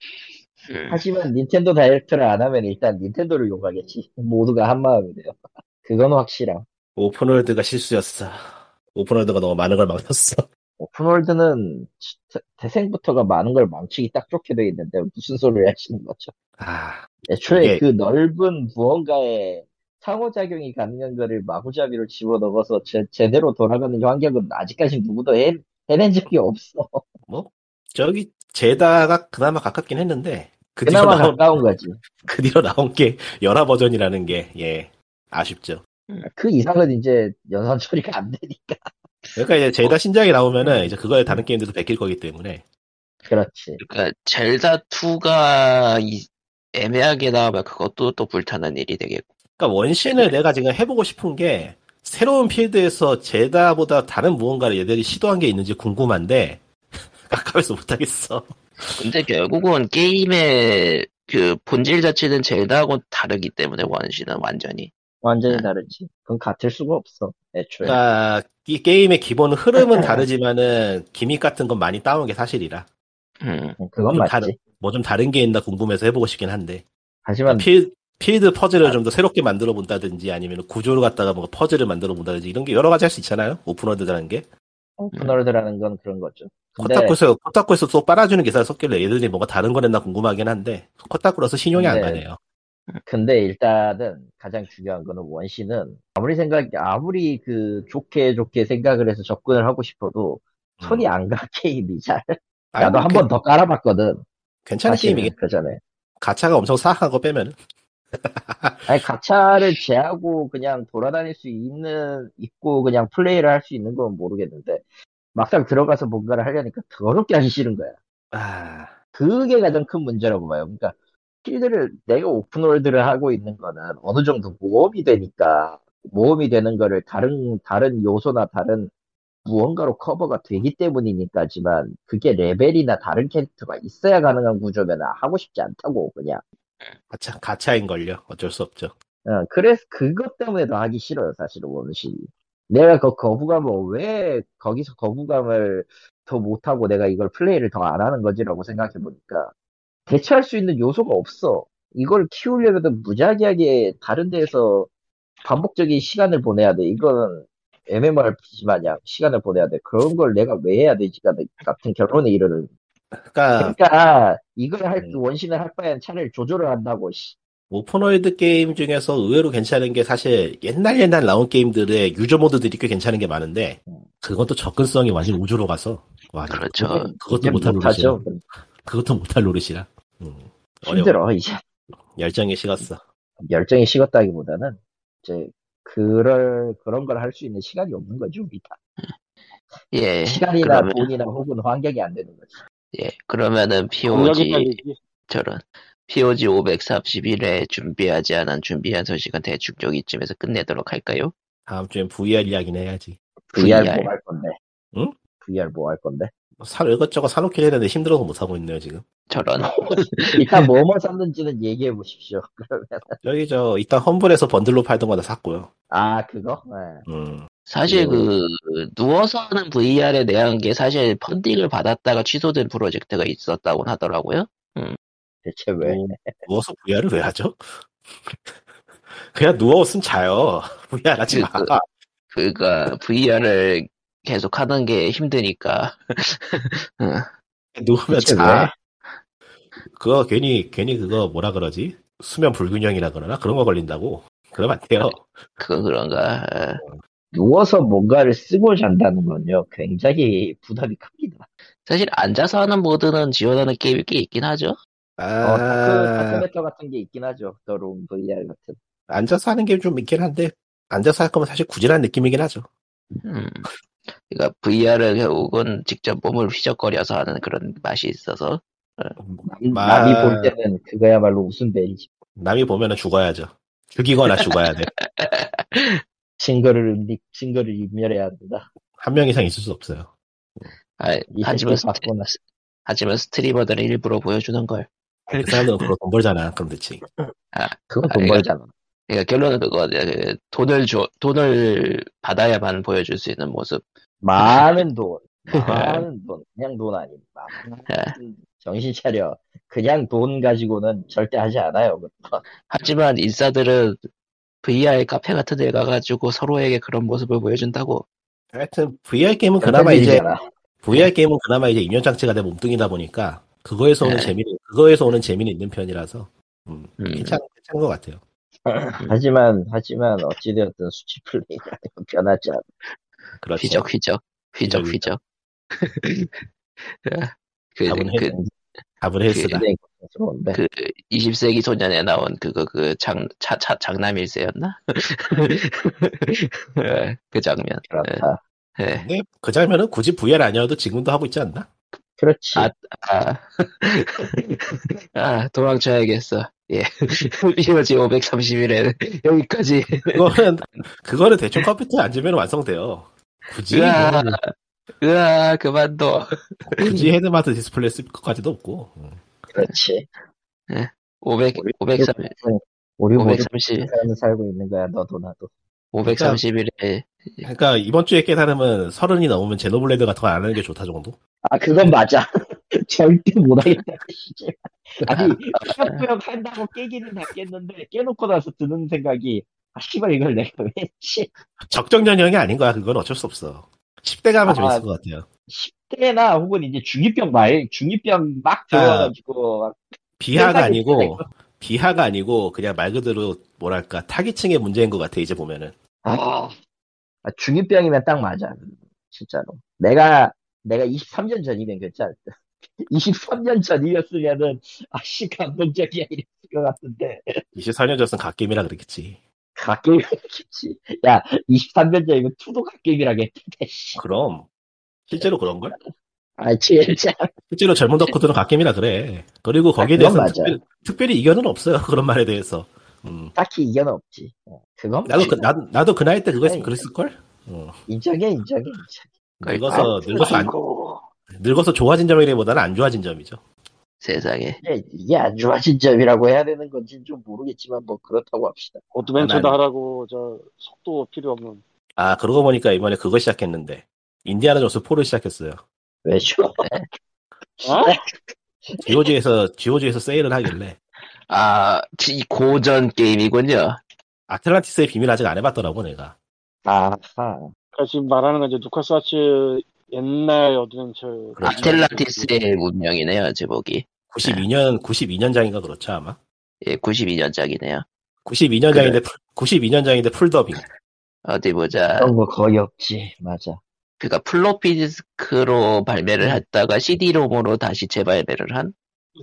S1: 음.
S3: 하지만 닌텐도 다이렉트를 안 하면 일단 닌텐도를 욕하겠지. 모두가 한 마음이 돼요. 그건 확실함.
S2: 오픈월드가 실수였어. 오픈월드가 너무 많은 걸 막혔어.
S3: 오픈월드는 진짜 태생부터가 많은 걸 망치기 딱 좋게 돼 있는데 무슨 소리를 하시는 거죠?
S2: 아,
S3: 애초에
S2: 이게-
S3: 그 넓은 무언가에 상호작용이 가능한 거를 마구잡이로 집어넣어서 제, 제대로 돌아가는 환경은 아직까지 누구도 해, 해낸
S2: [laughs]
S3: 적이 없어.
S2: 저기 제다가 그나마 가깝긴 했는데 그 뒤로
S3: 그나마
S2: 나온
S3: 가까운 거지.
S2: 그 뒤로 나온 게 열화 버전이라는 게 예. 아쉽죠.
S3: 그 이상은 이제 연산 처리가 안 되니까. [laughs]
S2: 그러니까 이제 제다 신작이 나오면은 이제 그거에 다른 게임들도 베낄 거기 때문에
S3: 그렇지.
S1: 그러니까 젤다 2가 애매하게 나오면 그것도 또 불타는 일이 되겠고.
S2: 그러니까 원신을 내가 지금 해보고 싶은 게 새로운 필드에서 제다보다 다른 무언가를 얘들이 시도한 게 있는지 궁금한데 [laughs] 가까워서 못하겠어.
S1: 근데 결국은 게임의 그 본질 자체는 젤다하고 다르기 때문에 원신은 완전히.
S2: 네.
S3: 완전히 다르지. 그건 같을 수가 없어. 애초에.
S2: 그러니까 이 게임의 기본 흐름은 다르지만은 기믹 같은 건 많이 따온 게 사실이라
S1: 음.
S3: 그건
S2: 좀
S3: 맞지.
S2: 다른- 뭐 좀 다른 게 있나 궁금해서 해보고 싶긴 한데
S3: 하지만
S2: 필, 필드 퍼즐을 좀 더 새롭게 만들어 본다든지 아니면 구조를 갖다가 뭔가 퍼즐을 만들어 본다든지 이런 게 여러 가지 할 수 있잖아요. 오픈월드라는 게. 음.
S3: 오픈월드라는 건 그런 거죠. 근데
S2: 코타쿠에서, 코타쿠에서 또 빨아주는 기사를 썼길래 얘들이 뭔가 다른 걸 했나 궁금하긴 한데, 코타쿠라서 신용이 안
S3: 네.
S2: 가네요.
S3: 근데 일단은 가장 중요한 거는 원신은 아무리 생각, 아무리 그 좋게 좋게 생각을 해서 접근을 하고 싶어도 손이
S2: 음.
S3: 안 가, [laughs] 게임이 잘.
S2: 아니,
S3: 나도 한
S2: 괜-
S3: 번 더 깔아봤거든.
S2: 괜찮은
S3: 사실은
S2: 게임이긴.
S3: 그 전에.
S2: 가차가 엄청 사악한 거 빼면,
S3: 아니, 가차를 제하고 그냥 돌아다닐 수 있는, 있고 그냥 플레이를 할 수 있는 건 모르겠는데, 막상 들어가서 뭔가를 하려니까 더럽게 하기 싫은 거야.
S2: 아,
S3: 그게 가장 큰 문제라고 봐요. 그러니까 필드를 내가 오픈월드를 하고 있는 거는 어느 정도 모험이 되니까 모험이 되는 거를 다른 다른 요소나 다른 무언가로 커버가 되기 때문이니까지만 그게 레벨이나 다른 캐릭터가 있어야 가능한 구조면 하고 싶지 않다고 그냥
S2: 가차, 가차인걸요. 어쩔 수 없죠.
S3: 어, 그래서 그것 때문에 더 하기 싫어요 사실은 원신이 내가 그 거부감을 왜 거기서 거부감을 더 못하고 내가 이걸 플레이를 더 안 하는 거지라고 생각해보니까 대처할 수 있는 요소가 없어. 이걸 키우려면 무지하게 다른 데에서 반복적인 시간을 보내야 돼. 이거는 MMORPG 마냥 시간을 보내야 돼. 그런 걸 내가 왜 해야 되지가 같은 결론에 이르는.
S2: 그러니까
S3: 그러니까 이걸 할
S2: 음.
S3: 원신을 할 바엔 차라리 조조를 한다고. 씨.
S2: 오픈월드 게임 중에서 의외로 괜찮은 게 사실 옛날 옛날 나온 게임들의 유저 모드들이 꽤 괜찮은 게 많은데 그것도 접근성이 완전 우주로 가서 와,
S1: 그렇죠.
S2: 그것도- 그것도
S3: 이제
S2: 못할 노릇이라
S3: 못하죠.
S2: 그것도 못할 노릇이라 음, 어려워.
S3: 힘들어 이제.
S2: 열정이 식었어
S3: 열정이 식었다기보다는 이제 그럴 그런 걸 할 수 있는 시간이 없는 거죠. 우리가.
S1: 예.
S3: 시간이나
S1: 그러면-
S3: 돈이나 혹은 환경이 안 되는 거지.
S1: 예. 그러면은
S5: 공략이
S1: POG
S5: 딸리지.
S1: 저런 POG 531회 준비하지 않은 준비한 소식은 대충 여기쯤에서 끝내도록 할까요?
S2: 다음 주엔 VR 이야기나 해야지
S3: VR,
S1: VR.
S3: 뭐 할 건데?
S2: 응?
S3: VR 뭐 할
S2: [laughs]
S3: 건데?
S2: 살 이것저것 사놓긴 했는데 힘들어서 못하고 있네요 지금
S1: 저런
S3: 일단 뭐뭐 샀는지는 얘기해 보십시오. 그러면
S2: 여기 저 일단 험블에서 번들로 팔던 거다 샀고요
S3: 아 그거? 네.
S2: 음,
S1: 사실
S3: 예.
S1: 그 누워서 하는 VR에 대한 게 사실 펀딩을 받았다가 취소된 프로젝트가 있었다고 하더라고요.
S3: 대체 왜?
S1: 음.
S2: 뭐, 누워서 VR을 왜 하죠? [laughs] 그냥 누워있으면 자요 [laughs] VR 하지 마
S1: 그- 그러니까 VR을 계속 하는 게 힘드니까
S2: 누우면
S3: 대체
S2: 자 그거 괜히 괜히 그거 뭐라 그러지 수면 불균형이라 그러나 그런 거 걸린다고 그러면 안 돼요
S1: 그건 그런가. 어.
S3: 누워서 뭔가를 쓰고 잔다는 건요. 굉장히 부담이 큽니다.
S1: 사실 앉아서 하는 모드는 지원하는 게임이 꽤 있긴 하죠.
S3: 어, 다크,
S2: 아,
S3: 다크메터 같은 게 있긴 하죠. 더룸 VR 같은.
S2: 앉아서 하는 게 좀 있긴 한데 앉아서 할 거면 사실 구질한 느낌이긴 하죠
S1: 음. 그러니까 VR은 결국은 직접 몸을 휘적거려서 하는 그런 맛이 있어서
S2: 마-
S3: 남이 볼 때는 그거야말로 웃음벨이지.
S2: 남이 보면은 죽어야죠 죽이거나 죽어야 돼한 명
S3: 증거를, 입- 증거를 인멸해야 한다.
S2: 이상 있을 수 없어요
S1: 아,
S3: 이
S1: 하지만
S3: 새끼 봤구나.
S1: 스트- 하지만 스트리머들은 일부러 보여주는 걸.
S2: 그 사람들은 그걸로 돈 벌잖아 그럼 대체
S3: 그건 돈
S1: 아이가-
S3: 벌잖아.
S1: 그러니까 결론은 그거 그 돈을 줘 돈을 받아야만 보여줄 수 있는 모습.
S3: 많은 [laughs] 돈. 많은 돈. 그냥 돈 아닙니다. 정신 차려. 그냥 돈 가지고는 절대 하지 않아요. 그거.
S1: 하지만 인싸들은 VR 카페 같은 데 가가지고 서로에게 그런 모습을 보여준다고.
S2: 하여튼 VR 게임은 그나마
S3: 절대
S2: 이제
S3: 그러니까 일이잖아.
S2: VR 게임은 그나마 이제 인연장치가 된 몸뚱이다 보니까 그거에서 오는
S1: 네.
S2: 재미는 그거에서 오는 재미는 있는 편이라서 음,
S1: 음.
S2: 괜찮 괜찮은 것 같아요.
S3: 하지만, 하지만 어찌되었든 수치 플레이가 변하지 않아.
S2: 그렇죠.
S1: 휘적 휘적 휘적 휘적. [laughs]
S2: 휘적,
S1: 그,
S2: 답은
S1: 그,
S2: 헬, 답은 헬스다.
S3: 굉장히 고통스러운데.
S1: 그 20세기 소년에 나온 그거 그 장, 차, 차,
S2: [laughs]
S1: 장남일세였나? [laughs] 예, 그 장면.
S3: 그렇다.
S1: 예, 예.
S2: 근데 그 장면은 굳이 VR 아니어도 지금도 하고 있지 않나?
S3: 그렇지.
S1: 아, 아, 아, 도망쳐야겠어. 예. 이거지 531회 여기까지.
S2: 그거는 그거는 대충 컴퓨터에 앉으면 완성돼요. 굳이
S1: 으아,
S2: 뭐,
S1: 으아, 그만둬.
S2: 굳이 헤드마트 디스플레이 쓸 것까지도 없고 음.
S3: 그렇지.
S1: 500, 530,
S3: 우리 모두
S1: 530,
S3: 사람은 살고 있는 거야. 너도 나도.
S1: 531회.
S2: 그러니까 이번 주에 깨달음은 서른이 넘으면 제노블레이드 같은 거 안 하는 게 좋다 정도.
S3: 아, 그건 맞아. [laughs] 절대 못하겠다. 진짜. 아니, 꾸역꾸역 한다고 깨기는 했겠는데, 깨놓고 나서 드는 생각이, 아, 씨발, 이걸 내가 왜 했지?
S2: 적정 연령이 아닌 거야. 그건 어쩔 수 없어. 10대 가면
S3: 아,
S2: 재밌을 것 같아요.
S3: 10대나 혹은 이제 중2병 말, 중2병 막 들어와가지고, 막
S2: 비하가
S3: 생각이
S2: 아니고 비하가 아니고 그냥 말 그대로 뭐랄까 타깃층의 문제인 것 같아 이제 보면은.
S3: 아, 아, 중2병이면 딱 맞아. 진짜로. 내가, 내가 23년 전이면 괜찮을 듯. [laughs] 23년 전이었으면은, 아씨, 감동적이야, 이랬을 것 같은데.
S2: 24년 전은 갓겜이라 그랬겠지.
S3: 갓게임이겠지. 야, 23년 전이면 투도 갓게임이라고 했는데, 씨.
S2: 그럼
S3: 네.
S2: 실제로 그런 걸?
S3: 아, 진짜.
S2: 실제로 젊은 덕후들은 갓겜이라 그래. 그리고 거기에
S3: 아, 그건
S2: 대해서
S3: 맞아요.
S2: 특별히, 특별히 이견은 없어요. [laughs] 그런 말에 대해서. 음.
S3: 딱히 이견 없지. 어, 그건
S2: 나도 그, 나, 나도 그 나이 때 그거 했으면
S3: 아니. 그
S2: 그랬을 걸. 어.
S3: 인정해, 인정해, 인정해.
S2: 아,
S3: 아,
S2: 늙어서 늙어서 안,
S3: 아이고,
S2: 늙어서 좋아진 점이라기보다는 안 좋아진 점이죠.
S1: 세상에.
S3: 예, 이게, 이게 안 좋아진 점이라고 해야 되는 건지는 좀 모르겠지만, 뭐, 그렇다고 합시다.
S5: 어드벤처도
S2: 아, 난-
S5: 하라고 저 속도 필요 없는
S2: 아 그러고 보니까 이번에 그거 시작했는데 인디아나 존스 4를 시작했어요.
S3: 왜죠?
S5: 어?
S2: GOG에서 GOG에서 세일을 하길래
S1: 아, 이 고전 게임이군요.
S2: 아틀란티스의 비밀 아직 안 해봤더라고 내가.
S3: 아하.
S5: 그러니까 지금 말하는 건 이제 누카스아츠 옛날 어드벤처.
S2: 그렇죠.
S1: 아틀란티스의 운명이네요 제목이
S2: 92년 92년장인가 그렇죠 아마.
S1: 예, 92년작이네요
S2: 92년장인데 92년장인데 풀더빙.
S1: 어디 보자
S3: 그런 뭐 거 거의 없지. 맞아.
S1: 그니까 플로피 디스크로 발매를 했다가 CD롬으로 다시 재발매를 한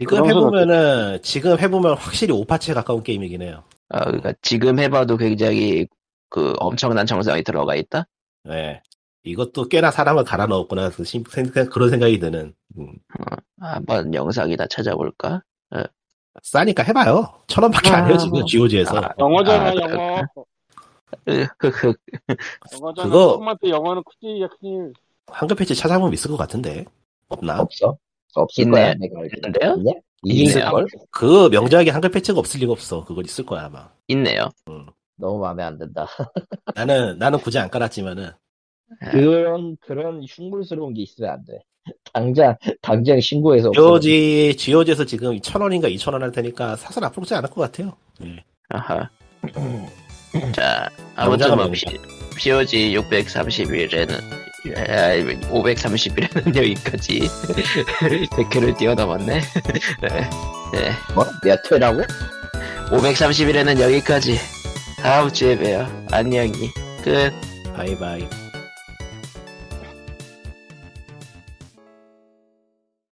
S2: 지금 해보면은 지금 해보면 확실히 오파츠에 가까운 게임이긴 해요.
S1: 어, 그러니까 지금 해봐도 굉장히 그 엄청난 정성이 들어가 있다.
S2: 네. 이것도 꽤나 사람을 갈아 넣었구나 그 심- 생각- 그런 생각이 드는. 음.
S1: 한번 영상이나 찾아볼까?
S2: 싸니까 해봐요. 천 원밖에 안 해요 지금
S1: 아.
S2: GOG에서.
S1: 아. 그,
S5: 영어잖아,
S1: 아, [laughs]
S5: 영어.
S1: 흑흑.
S5: 영어잖아.
S2: 그거-
S5: 콩마트 영어는 큰일이야, 큰일.
S2: 한글 패치 찾아보면 있을 것 같은데 없나?
S3: 없어. 없을
S1: 있네.
S3: 거야. 내가 알기로.
S1: 있는데요?
S3: 있냐?
S1: 있네요.
S3: 있을 걸?
S2: 그 명작에 한글 패치가 없을 리가 없어. 그건 있을 거야 아마.
S1: 있네요.
S3: 너무 마음에 안 든다.
S2: 나는 나는 굳이 안 깔았지만은
S3: 그런 그런 흉물스러운 게 있으면 안 돼. 당장 당장 신고해서 없애버려.
S2: GOG GOG에서 지금 천 원인가 이천 원 할 테니까 사서 나쁘지 않을 것 같아요. 예.
S1: 아하. 자, 아무튼 뭐
S2: 명작은
S1: POG 631에는 531에는 [laughs] 여기까지 100회를 뛰어넘었네. [laughs] 네.
S3: 뭐? 몇 회라고?
S1: 531에는 여기까지. 다음 주에 봬요. 안녕히. 끝.
S2: 바이바이.